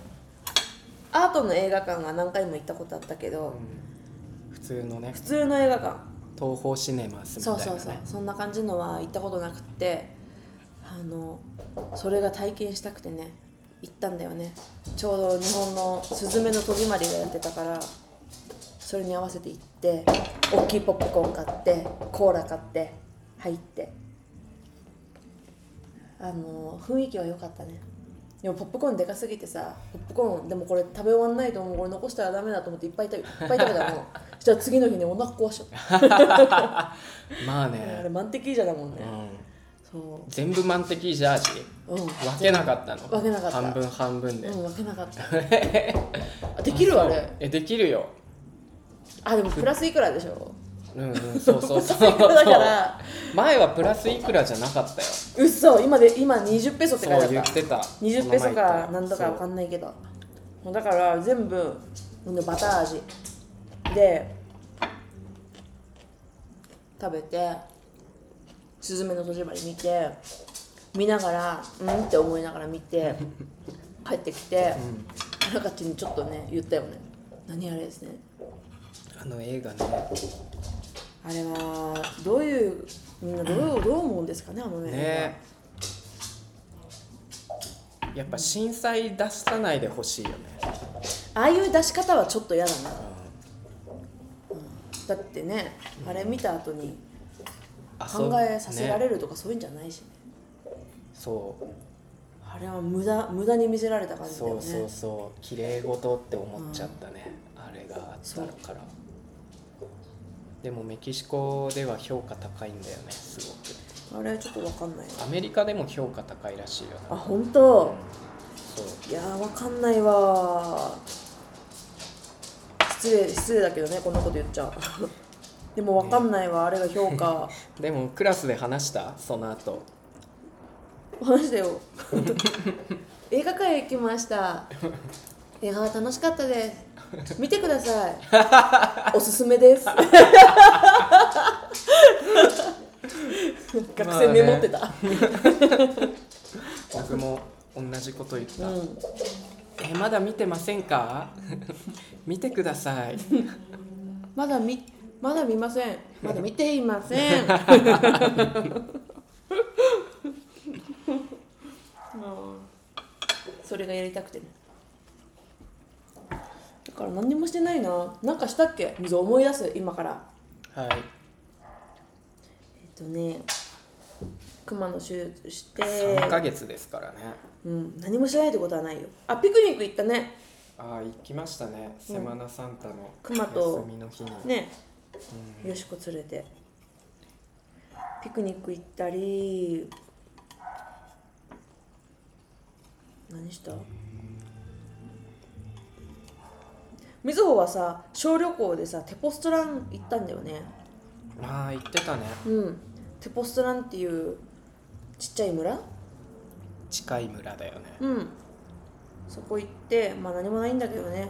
アートの映画館は何回も行ったことあったけど、
普通のね
普通の映画館
東宝シネマスみたい
そ
な、
う
ね、
そうそうそんな感じのは行ったことなくってあのそれが体験したくてね行ったんだよねちょうど日本の「すずめの戸締まり」がやってたからそれに合わせて行って大きいポップコーン買ってコーラ買って入ってあの雰囲気は良かったねでもポップコーンでかすぎてさポップコーンでもこれ食べ終わんないと思うこれ残したらダメだと思っていっぱい食べいっぱい食べた のそしたら次の日ねお腹壊しちゃった
まあ
あれ
ね、
満滴以上だもん
う
ね、
ん、
そ
全部満滴ジャージ
ううん
分けなかったの
分けなかった
半分半分で、
うん分けなかった あできるあ
そう
れ
えできるよ
あでもプラスいくらでしょ
うんうんそう そう そう
だから
前はプラスいくらじゃなかったよ
うっそ今で今20ペソって書い
そう
て
言
あ
っ
っ
たてた
20ペソか何だか分か
ん
んないけどもうだから全部バター味で食べて「スズメの戸締まり」見て見ながら「うん?」って思いながら 見て帰ってきてあらかちにちょっとね言ったよね何あれですね
あの映画ね
あれはどういうみんなどうどう思うんですかねあの映画
ねやっぱ震災出さないでほしいよね
ああいう出し方はちょっと嫌だな、うんだってねあれ見た後に考えさせられ
る
るとかそういうんじゃないしね
そう
あれは無駄無駄に見せられた感じだよ
そ
ね
うそうそう綺麗事って思っちゃったね、あれがあったからでもメキシコでは評価高いんだよねすごく
あれはちょっと分かんないな
アメリカでも評価高いらしいよ
あ
な
本当
そう
いやー分かんないわー失礼失礼だけどねこんなこと言っちゃうでも分かんないわあれが評価
でもクラスで話したその後
話だよ映画館へ行きました映画は楽しかったです見てくださいおすすめです学生メモってた、
僕も同じこと言った「
うん、
えまだ見てません か? 」見てください
まだ見まだ見ませんまだ見てい ませんそれがやりたくてねだから何にもしてないななんかしたっけ水思い出す今から
はい
えっとね熊の手術して
3ヶ月ですからね
うん、何もしないってことはないよあピクニック行ったね
ああ行きましたね、セマナサンタの
熊
休
と
みの日に、
ね
うん
よしこ連れてピクニック行ったり何したみずほはさ小旅行でさテポストラン行ったんだよね
ああ行ってたね
うんテポストランっていうちっちゃい村
近い村だよね
うんそこ行ってまあ何もないんだけど ね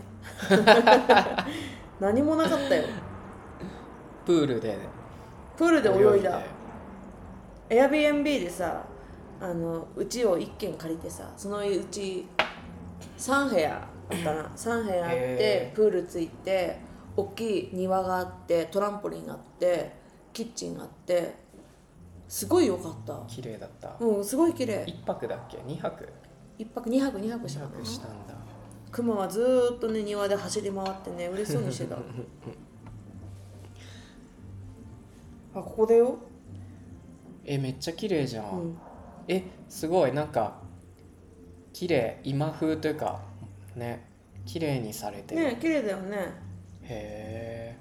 何もなかったよ
プールで
プールで泳い
泳
だ Airbnb でさあのうちを1軒借りてさそのうち3部屋あった な3部屋あって、
へー
プールついて大きい庭があってトランポリンがあってキッチンがあってすごい良かった
綺麗だった、
うんすごい綺麗
一泊だっけ二泊
一泊二泊二泊し
二
たかな
泊したんだ
クマはずーっとね庭で走り回ってね嬉しそうにしてた あここだよ、
えめっちゃ綺麗じゃ、
うんん、
えすごいなんか綺麗今風というかね綺麗にされてる、
ね綺麗だよね
へえ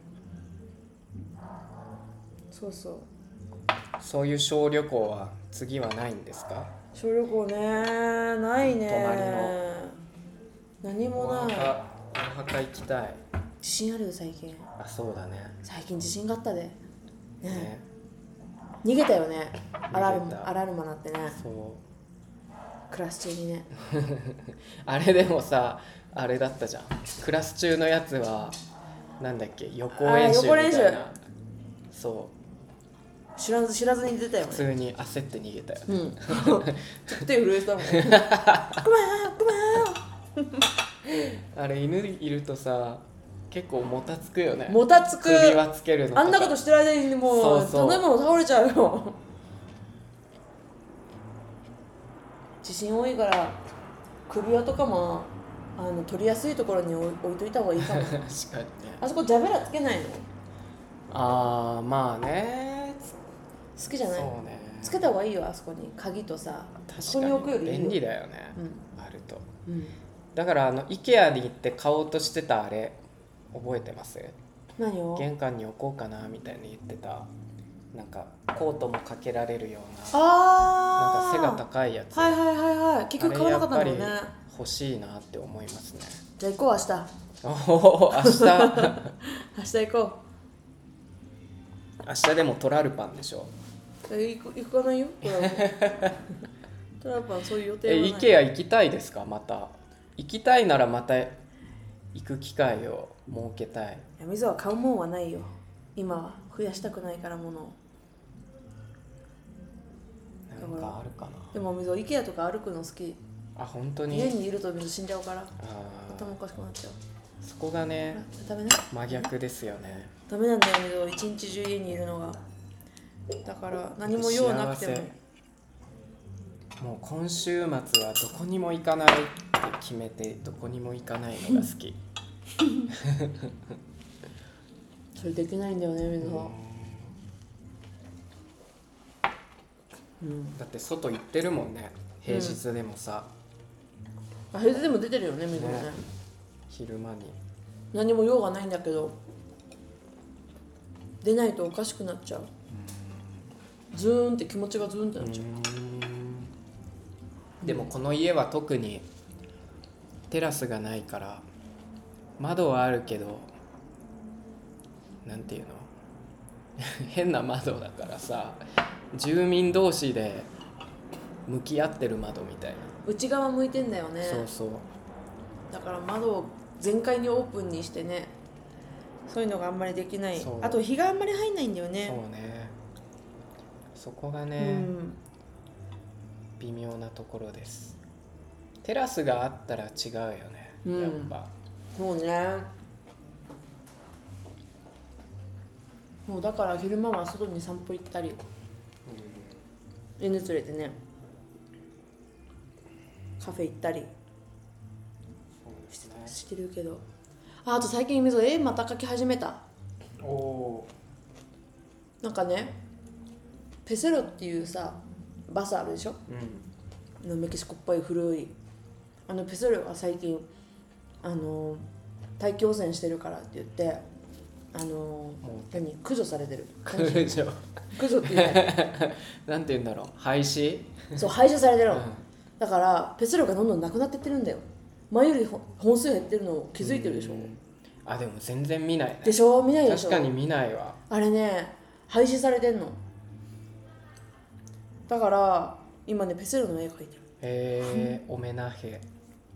そうそう
そういう小旅行は次はないんですか
小旅行ねないね
隣の
何
お
もない
墓お墓行きたい
地震あるよ最近
あそうだね
最近地震があったで、ね
ね
逃げたよね
た
アラルマアラルマなってね
そう
クラス中にね
あれでもさあれだったじゃんクラス中のやつはなんだっけ予行演習み
あー予行
た
練習
いなそう
知らず知らずに出たよ
普
ね
通に焦って逃げたよ、
うん ちょっと手震えてたもんクマク
あれ犬いるとさ結構もたつくよね
マもたつく
首輪つけるのか
あんなことしてる間にもう
そうそう
食べ物倒れちゃうよ地震多いから首輪とかもあの取りやすいところに置い置いといた方がいいかも
確かにね
あそこジャベラつけないの好
ああまあね
きじゃない
そうね
つけた方がいいよあそこに鍵とさそこに
確
置
かに
くよりいいよ
便利だよね、あると
うん、
だからあの IKEA に行って買おうとしてたあれ覚えてます
何を
玄関に置こうかなみたいに言ってたなんかコートもかけられるようななん
あ
か
あ
背が高いやつ、
はいはいはいはい結局買わなかったんだもんね
あれやっぱり欲しいなって思いますね
じゃあ行こう明日
おお明日
明日行こ
明日でもトラルパンでしょ
うえ行く行かないよトラ ンプトランプはそういう予定
え
はな
IKEA
い
行きたいですかまた行きたいならまた行く機会を設けたい
いや水は買うもんはないよ今は増やしたくないからものを
なんかあるか
でも水は IKEA とか歩くの好き
なあ本当
家
に
にいると水死んじゃうから
あー
頭おかしくなっちゃう
そこがね
ダメね
真逆ですよね
ダメなんだよ水は一日中家にいるのがだから何も用なくても
幸せもう今週末はどこにも行かないって決めてどこにも行かないのが好き
それできないんだよね水は
だって外行ってるもんね平日でもさ、
あ平日でも出てるよね水はね
ね昼間に
何も用がないんだけど出ないとおかしくなっちゃうズーンって気持ちがズーンってなっちゃう
でもこの家は特にテラスがないから窓はあるけどなんていうの 変な窓だからさ住民同士で向き合ってる窓みたいな、
内側向いてんだよね
そうそう
だから窓を全開にオープンにしてねそういうのがあんまりできない
そう
あと日があんまり入んないんだよ
そう
ね
ねそこがね、
うん
微妙なところですテラスがあったら違うよね、
うん
やっぱ
そうねもうだから昼間は外に散歩行ったり犬連れてねカフェ行ったり
そうですね
してるけどああと最近水絵また描き始めた
おお
なんかねペセロっていうさバスあるでしょ
ーうん
のメキシコっぽい古いあのペセロが最近あの大気汚染してるからって言ってあの
も
何駆除されてる
駆除
駆除っていう
なんて言うんだろう廃止、
のそう排除されてる
う
の、だからペセロがどんどんなくなってってるんだよ前よりほ本数減ってるの気づいてるでしょ、
うんあでも全然見ないね
でしょ見ないでしょ
確かに見ないわ
あれね廃止されてんのだから今ねペセロの絵描いてる
へえオメナヘ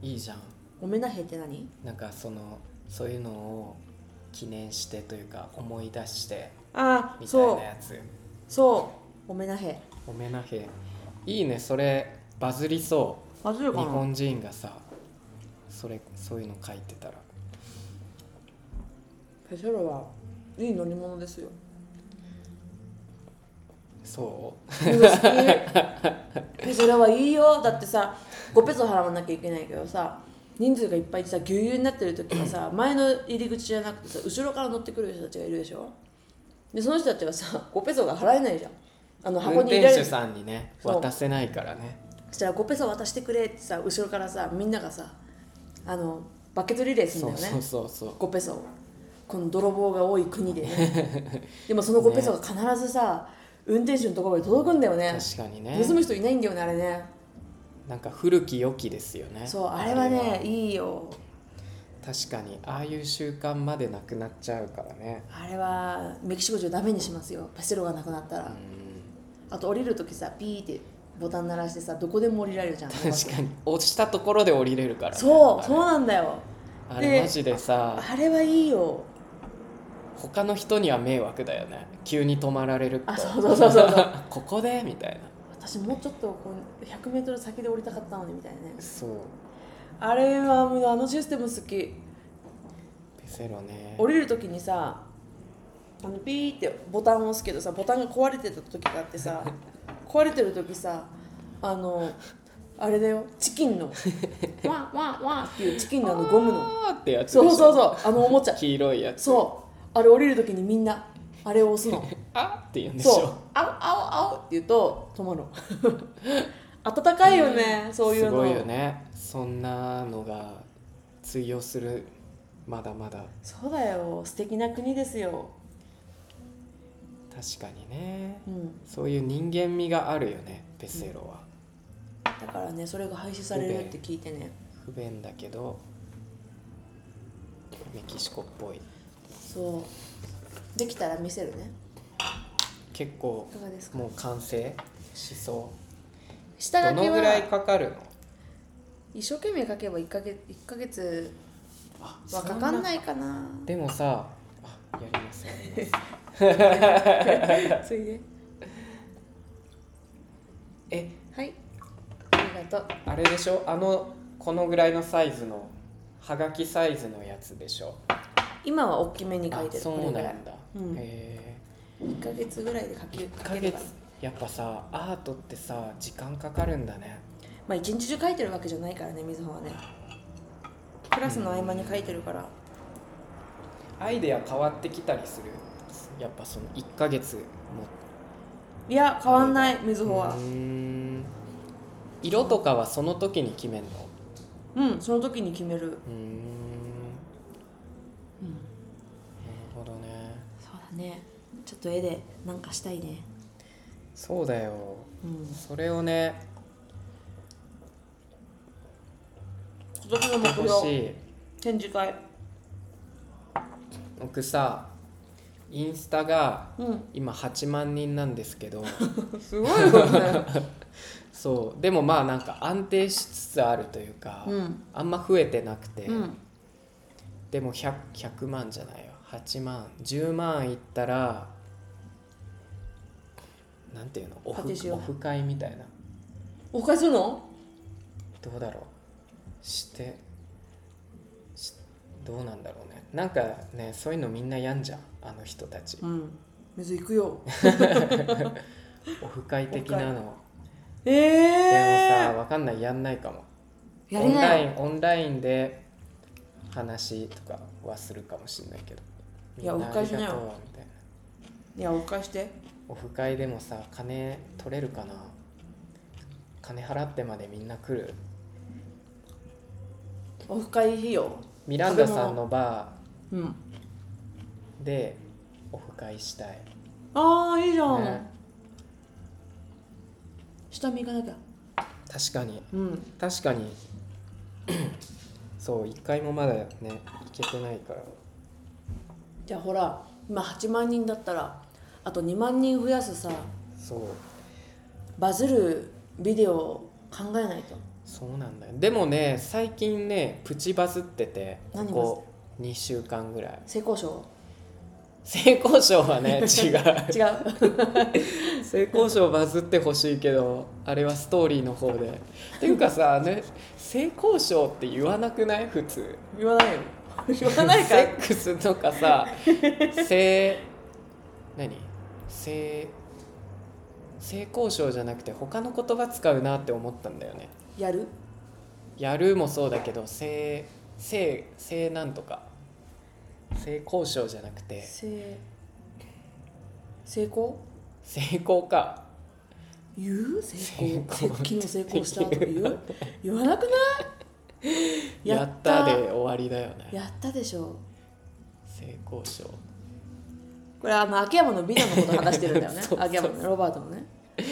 いいじゃん
オメナヘって何
なんかそのそういうのを記念してというか思い出して
ああ
みたいな
そう
やつ
そうオメナヘ
オメナヘいいねそれバズりそ
バズ
う
る
日本人がさそれそういうの書いてたら
ペセロはいい乗り物ですよ
そう
水好きペセロはいいよだってさ5ペソ払わなきゃいけないけどさ人数がいっぱいいてさぎゅうぎゅうになってる時はさ前の入り口じゃなくてさ後ろから乗ってくる人たちがいるでしょでその人たちはさ5ペソが払えないじゃんあの
運
箱に
転
入れられ
手さんにね
そう
渡せないからね
そしたら5ペソ渡してくれってさ後ろからさみんながさあのバケツリレーする
そ
ん
う
だよ
そう
ね
そうそう
5ペソをこの泥棒が多い国でね でもその5ペソが必ずさ、運転手のところまで届くんだよね
確かにね
盗む人いないんだよねあれね
なんか古き良きですよね
そうあれはねいいよ
確かにああいう習慣までなくなっちゃうからね
あれはメキシコ中ダメにしますよペセロがなくなったら、あと降りる時さピーってボタン鳴らしてさどこでも降りられるじゃん
確かに落ちたところで降りれるから、ね、
そう
あれ
そうなんだよ
あれ
で
マジでさ
あれはいいよ
他の人には迷惑だよね急に止まられると
あそうそうそうそうそう
ここでみたい
私もうちょっとこう 100m 先で降りたかったのにみたいなね
なそう
あれはもうあのシステム好き
ペセロね
降りる時にさあのピーってボタンを押すけ どさボタンが壊れてた時があってさ壊れてる時さあのあれだよチ キンの
ワンワンワン
っていうチキンのあのゴムの
あーってやつでし
そう
ょ
そうそうあのおもちゃ
黄色いやつ
そうあれ降りる時にみんなあれを押すの
あーって言うんでし
そう
ょ
「あおあおあお」って言うと止まる 温かいよねそういうの
すごいよねそんなのが通用するまだまだ
そうだよ素敵な国ですよ、
確かにね
うん、
そういう人間味があるよねベセロは、
だからねそれが廃止されるって聞いてね
不便だけどメキシコっぽい
そうできたら見せるね
結構
いかがですか
もう完成しそう
下
ど
書き
のぐらい
は
かかるの
一生懸命書けば1ヶ月一ヶ月
あ
はかかん
い
ないかな
でもさあやりますやります
ついで
え
はいありがとう
あれでしょあのこのぐらいのサイズのはがきサイズのやつでしょ
今は大きめに書いて
あ
る
そう
これ
な
ぐらい
んだ、
うん
へえ
1ヶ月ぐらいで書け
1
書
ヶ
けるか
月
ら
やっぱさアートってさ時間かかるんだね
まあ一日中書いてるわけじゃないからねみずほはねクラスの合間に書いてるから
アイデア変わってきたりするやっぱその1ヶ月も
いや変わんないみずほ
う
は
ーん色とかはその時に決めんの
うんその時に決め
う
る
ーんなるほどね
そうだねちょっと絵でなんかしたいね
そうだよ
うん
それをね
今年の目
欲
標
しい
展示会
僕さインスタが
う
今8万人なんですけど
んすごいことだ よ
そうでもまあなんか安定しつつあるというか、
うん
あんま増えてなくて、
うん
でも 100, 100万じゃないよ8万10万いったらなんていうのオ
パティシエ
フオフ会みたいな
おかすの
どうだろうしてしどうなんだろうねなんかねそういうのみんなやんじゃんあの人たち
うん水行くよ
オフ会的なの
え
でもさ
え
わかんないやんないかも
や
オ
れ
ンラ
な
イ
い
ンオンラインで話とかはするかもしれないけど
いや
みんありがとう
オフ会しな
みたいない
やおかして
オフ会でもさ金取れるかな金払ってまでみんな来る
オフ会費用
ミランダさんのバ
うん
ーでオフ会したい、
ああいいじゃん、
ね
下見行かなきゃ
確かに
うん
確かにそう一回もまだね行けてないから
じゃあほら今8万人だったらあと2万人増やすさ
そう
バズるビデオを考えないと
そうなんだよでもね最近ねプチバズっててこ
何
こ2週間ぐらい
成功賞
性交渉はね違う
違う
性交渉バズってほしいけどあれはストーリーの方でっていうかさね性交渉って言わなくない普通
言わないよ 言わないか
セ
ら
ックスとかさ性何性性交渉じゃなくて他の言葉使うなって思ったんだよね
やる
やるもそうだけど性性性なんとか性交渉じゃなくて
成成功
性交か
言う成功
成
成
功
功昨日成功したとか言 う言わなくない
やったで終わりだよね
やったでしょ
性交渉
これはまあ秋山の美男のこと話してるんだよ ね
そうそう
秋山のねロバートのね
いや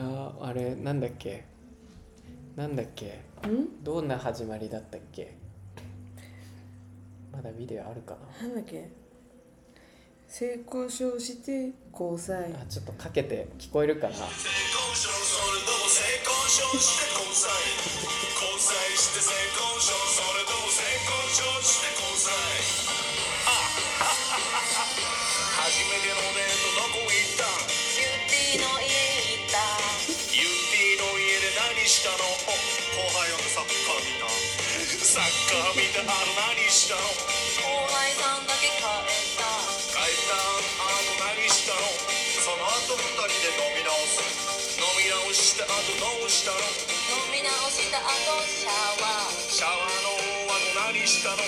ーあれなんだっけなんだっけ
ん
どんな始まりだったっけまだビデオあるか
なんだっけ成功症して交際
なあちょっとかけて聞こえるかな
初めてのデートどこ行った
キューティーの家に行った
ユーティの家で何したのお後輩はサッカー見たサッカー見たあの何したの
後輩さんだけ帰った
帰ったあと何したのその後二人で飲み直す飲み直直した後どうしたの
飲み直した後シャワー
シャワーの後何したのだも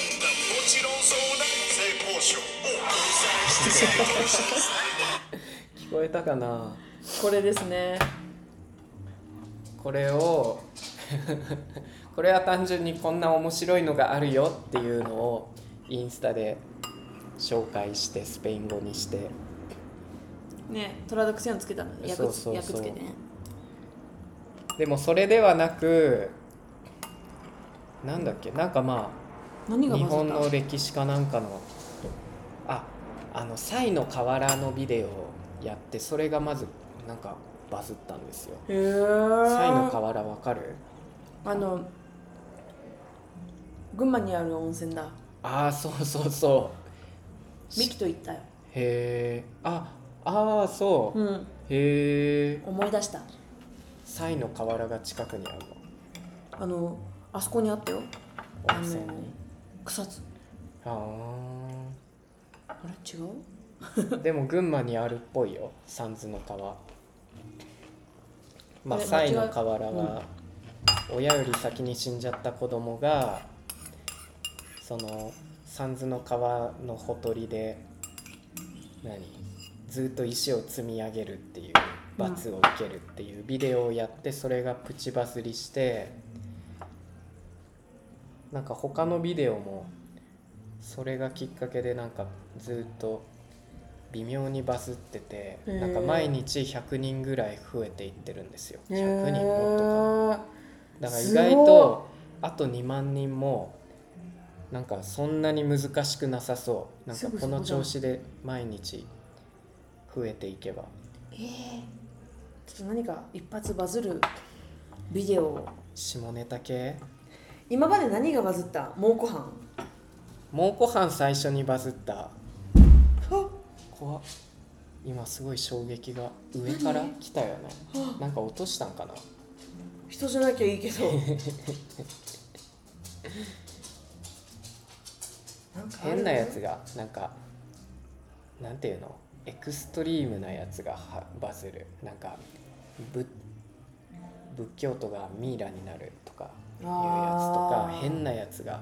ちろん相談性交渉を繰り返して成功した
聞こえたかな
これですね
これを これは単純にこんな面白いのがあるよっていうのをインスタで紹介してスペイン語にして
ねトラドクションつけたの役
そうそうそう
役つけてね
でもそれではなくなんだっけなんかま
何
あ
が
日
混
本
ざった
の歴史かなんかのああの「サイの河原」のビデオをやってそれがまずなんかバズったんですよ。
へえ
サイの河原わかる
あの群馬にある温泉だ
ああそうそうそう
ミキと行ったよ、
へえあああそう、
うん、
へえ
思い出した
サイの河原が近くにあるの
あのあそこにあったよあ
温
の
泉に
草津
あ
あれ違う
あでも群馬にあるっぽいよ三途の川まあ
え
サイの河原は親より先に死んじゃった子供がその三途の川のほとりで何ずっと石を積み上げるっていう罰を受けるっていうビデオをやってそれがプチバズりしてなんか他のビデオもそれがきっかけでなんかずっと微妙にバズってて
へー
なんか毎日100人ぐらい増えていってるんですよ100人もっとかな
へえ
だから意外とあと2万人もなんかそんなに難しくなさそうなん
す
か
ぐそ
こ
こだ
の調子で毎日増えていけば
えーちょっと何か一発バズるビデオを
下ネタ系
今まで何がバズった蒙古飯
蒙古飯最初にバズった
あ
怖っ今すごい衝撃が上から来たよねなんか落としたんかな
人じゃなきゃいいけど なんかある
変なやつがなんかなんていうのエクストリームなやつがはバズるなんかぶ仏教徒がミイラになるとかいうやつとか
あー
変なやつが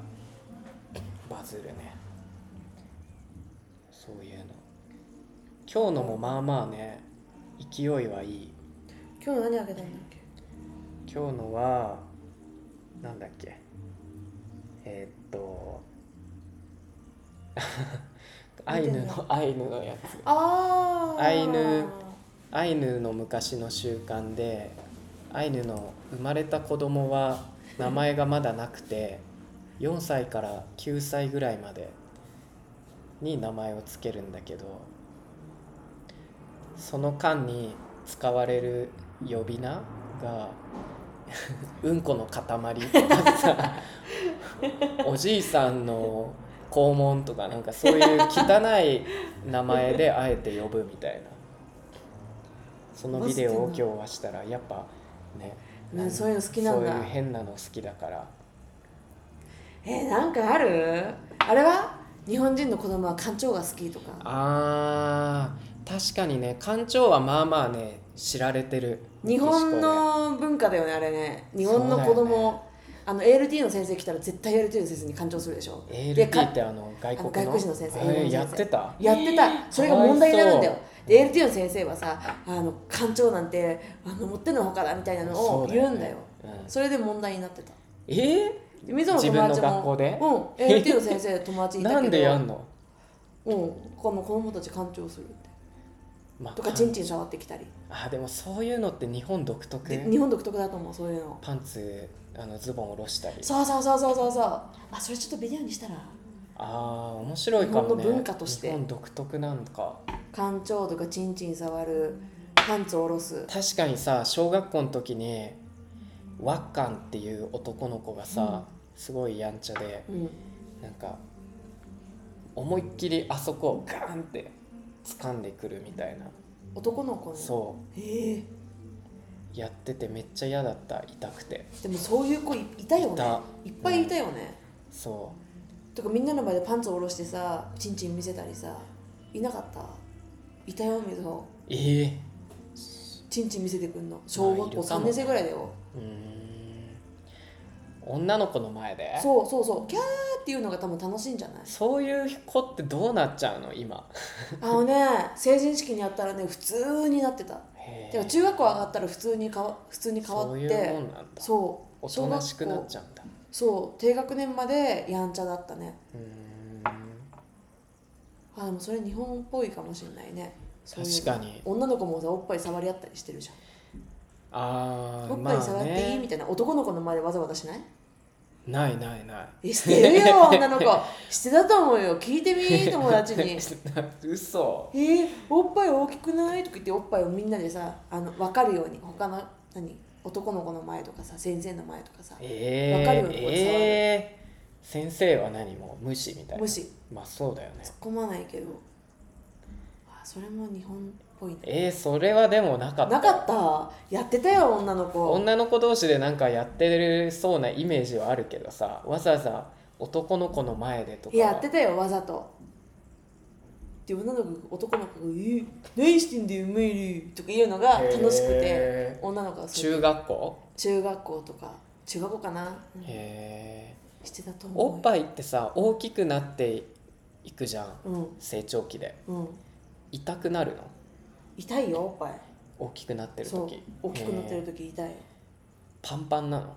バズるねそういうの今日のもまあまあね勢いはいい
今日何あげたんだっけ
今日のはなんだっけえーっと アイヌのアイヌのやつ
あー
アイヌアイヌの昔の習慣でアイヌの生まれた子供は名前がまだなくて4歳から9歳ぐらいまでに名前を付けるんだけどその間に使われる呼び名がうんこの塊 とかさおじいさんの肛門とかなんかそういう汚い名前であえて呼ぶみたいなそのビデオを今日はしたらやっぱね
ねそういうの好きなんだ
そういう変なの好きだから
えー、なんかあるあれは日本人の子供は官長が好きとか
あー確かにね館長はまあまあね知られてる
日本
メ
の文化だよねあれね日本の子
そうだよ
供、あの ALT の先生来たら絶対 ALT の先生に感情するでしょ
キシコ
で
で ALT っ
か
てあの外国の
あの外国人の先生
あ
英語の先生
やってた
やってたそれが問題になるんだよで ALT の先生はさあの官長なんてあの持ってのほかだみたいなのを言うんだよ
そだねうん
それで問題になってた
えー
で水野の友達も
自分の学校で
うん ALT の先生友達いたけ
な
ど
んでやんの
うんこの子供たち官長するって
まあ
とかチンチン触ってきたり
あでもそういうのって日本独特
で日本独特だと思うそういうの
パンツあのズボン下ろしたり
そうそうそうそうそうそうあそれちょっとビデオにしたら
ああ面白いかも
日本の
ね
文化として
日本独特なんか
官庁とかチンチン触るパンツ下ろす
確かにさ小学校の時にワッカンっていう男の子がさ、すごいやんちゃで
うん
なんか思いっきりあそこをガーンって掴んでくるみたいな
男の子に
そ
へえ
うやっててめっちゃ嫌だった痛くて
でもそういう子いいたよ
い
ね
た
いっぱいいたよね、
そ
とかみんなの前でパンツ下ろしてさチンチン見せたりさいなかったいたよみずほ
うええ
チ
ちんちん見せてくんの小学校3年生ぐらいだよ
うーん女の子の前で
そうそうそうキャーっていうのが多分楽しいんじゃない
そういう子ってどうなっちゃうの今
あのね成人式にやったらね普通になってただ
へ
から中学校上がったら普通にかわ普通に変わ
そう
っ
い
て
うもんなんだ
そう
おとなしくなっち
ゃう
ゃうんだ
そう低学年までやんちゃだったね
うーん
あでもそれ日本っぽいかもしれないねそういうの
確かに
女の子もさおっぱい触り合ったりしてるじゃ
あ
ん
あ
おっぱい触っていい、
まあ
み
ね
たいな男の子の前でわざわざしない
ないないない
えしてるよ女の子してたと思うよ聞いてみ友達 に
嘘
えー、おっぱい大きくないとか言っておっぱいをみんなでさあの分かるように他の何男の子の前とかさ先生の前とかさ
えー、
わかるよこれ触る
えー先生は何もう無視みたいな
無視
まあそうだよね
突っ込まないけどあそれも日本っぽいね
えー、それはでもなかった
なかったやってたよ女の子
女の子同士でなんかやってるそうなイメージはあるけどさわざわざ男の子の前でとか
やってたよわざとで女の子男の子が「えー、何してんだよお前ら」とか言うのが楽しくて
へー
女の子はそう
中学校
中学校とか中学校かな、うん
へえ
してたと思う
おっぱいってさ大きくなっていくじゃん
うん
成長期で
うん
痛くなるの
痛いよおっぱい
大きくなってる
そう
時
大きくなって
へ
る
ー
時痛い
パンパンなの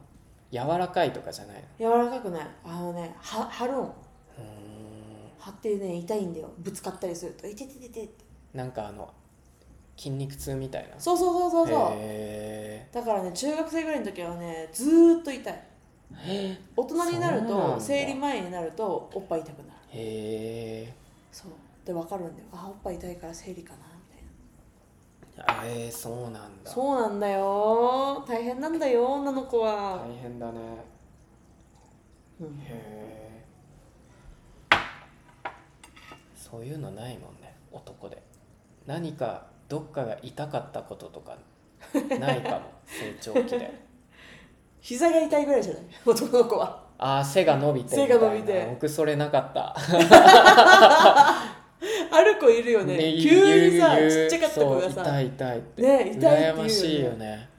柔らかいとかじゃないの
柔らかくないあのねは張るん
うー
張ってね痛いんだよぶつかったりすると「いてててて」って
んなんかあの筋肉痛みたいな
そうそうそうそうそう
へ
だからね中学生ぐらいの時はねずーっと痛い
え
大人になる
そうなん
と
だ
生理前になるとおっぱい痛くなる
へえ
そうで分かるんだよあおっぱい痛いから生理かなみたいな
あえー、そうなんだ
そうなんだよ大変なんだよ女の子は、
大変だね
うん、
へえそういうのないもんね男で何かどっかが痛かったことと かないかも成長期で
膝が痛いぐらいじゃない 男の子は
ああ背が伸びて
背が伸びて
みたいな僕それなかった
ある子いるよね急にさ
ゆうゆう
ちっちゃかった子が
そう
さ
痛い痛いって、
ね痛い
羨
って言うよね
ましいよね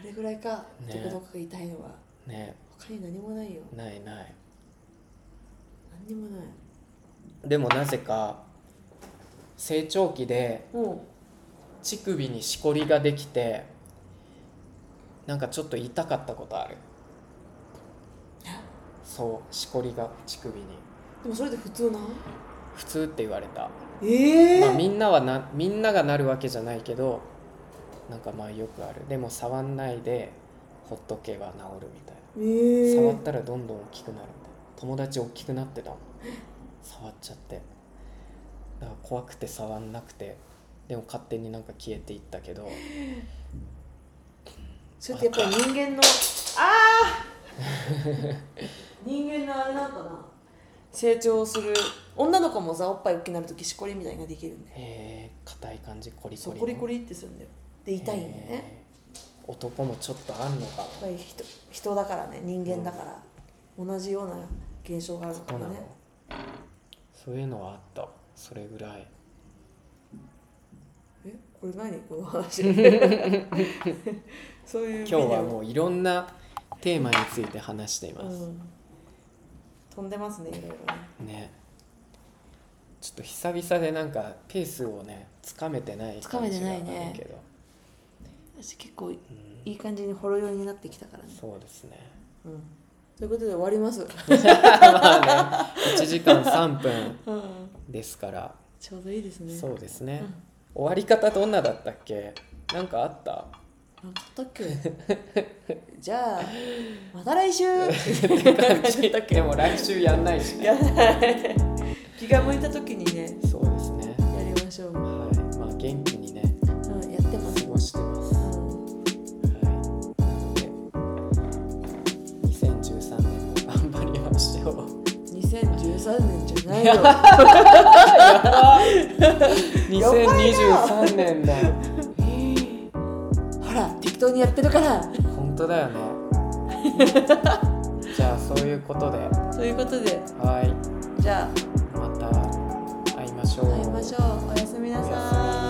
あれぐらいか
ね
男の子が痛いのは
ね
他に何もないよ
ないない
何にもない
でもなぜか成長期で
うん
乳首にしこりができてなんかちょっと痛かったことあるそうしこりが乳首に
でもそれで普通なん
普通って言われた、
え
まあ、みんなはなみんながなるわけじゃないけどなんかまあよくあるでも触んないでほっとけば治るみたい
え
な触
ー
ったらどんどん大きくなるみたいな友達大きくなってたもん触っちゃってだから怖くて触んなくてでも勝手になんか消えていったけど
それってやっぱり人間のあー人間のあれなんかな成長する女の子もさおっぱい大きくなるときしこりみたいなのができるんだよ
えー、硬い感じコリ
そ
コリ
うコ
の
リコリってするんだよで痛いんだよね
えー男もちょっとあんのか
やっぱり人人だからね人間だから、同じような現象があるのか
などう
も
なの
ね
そういうのはあったそれぐらい
えこれ何こ の話そういうビデ
今
オ
日はもういろんなテーマについて話しています、
ん、飛んでますねいろいろね
ねちょっと久々でなんかペースをねつかめてない
つかめてない
感
ね
じがあるけど、
私結構い
うん、
い感じにほろ酔いになってきたからね、
そうですね
うん、ということで終わります、
まあね1時間3分
うん、
ですから
ちょうどいいですね
そうですね、
うん
終わり方どんなだったっけなんかあ った
なんかあったっけ じゃあまた来週
でも来週やんないしね
やだ 気が向いた時にね
そうですね
やりましょう、うん、
はいまあ元気にね
やってます
過、ごしてますは
うん、
いなので2013年も頑張りましょう
2013年じゃないよ
2023年だ
ほら適当にやってる から
本当だよね じゃあそういうことで
ということで
はい
じゃあ
また会いましょう
会いましょうおやすみなさーい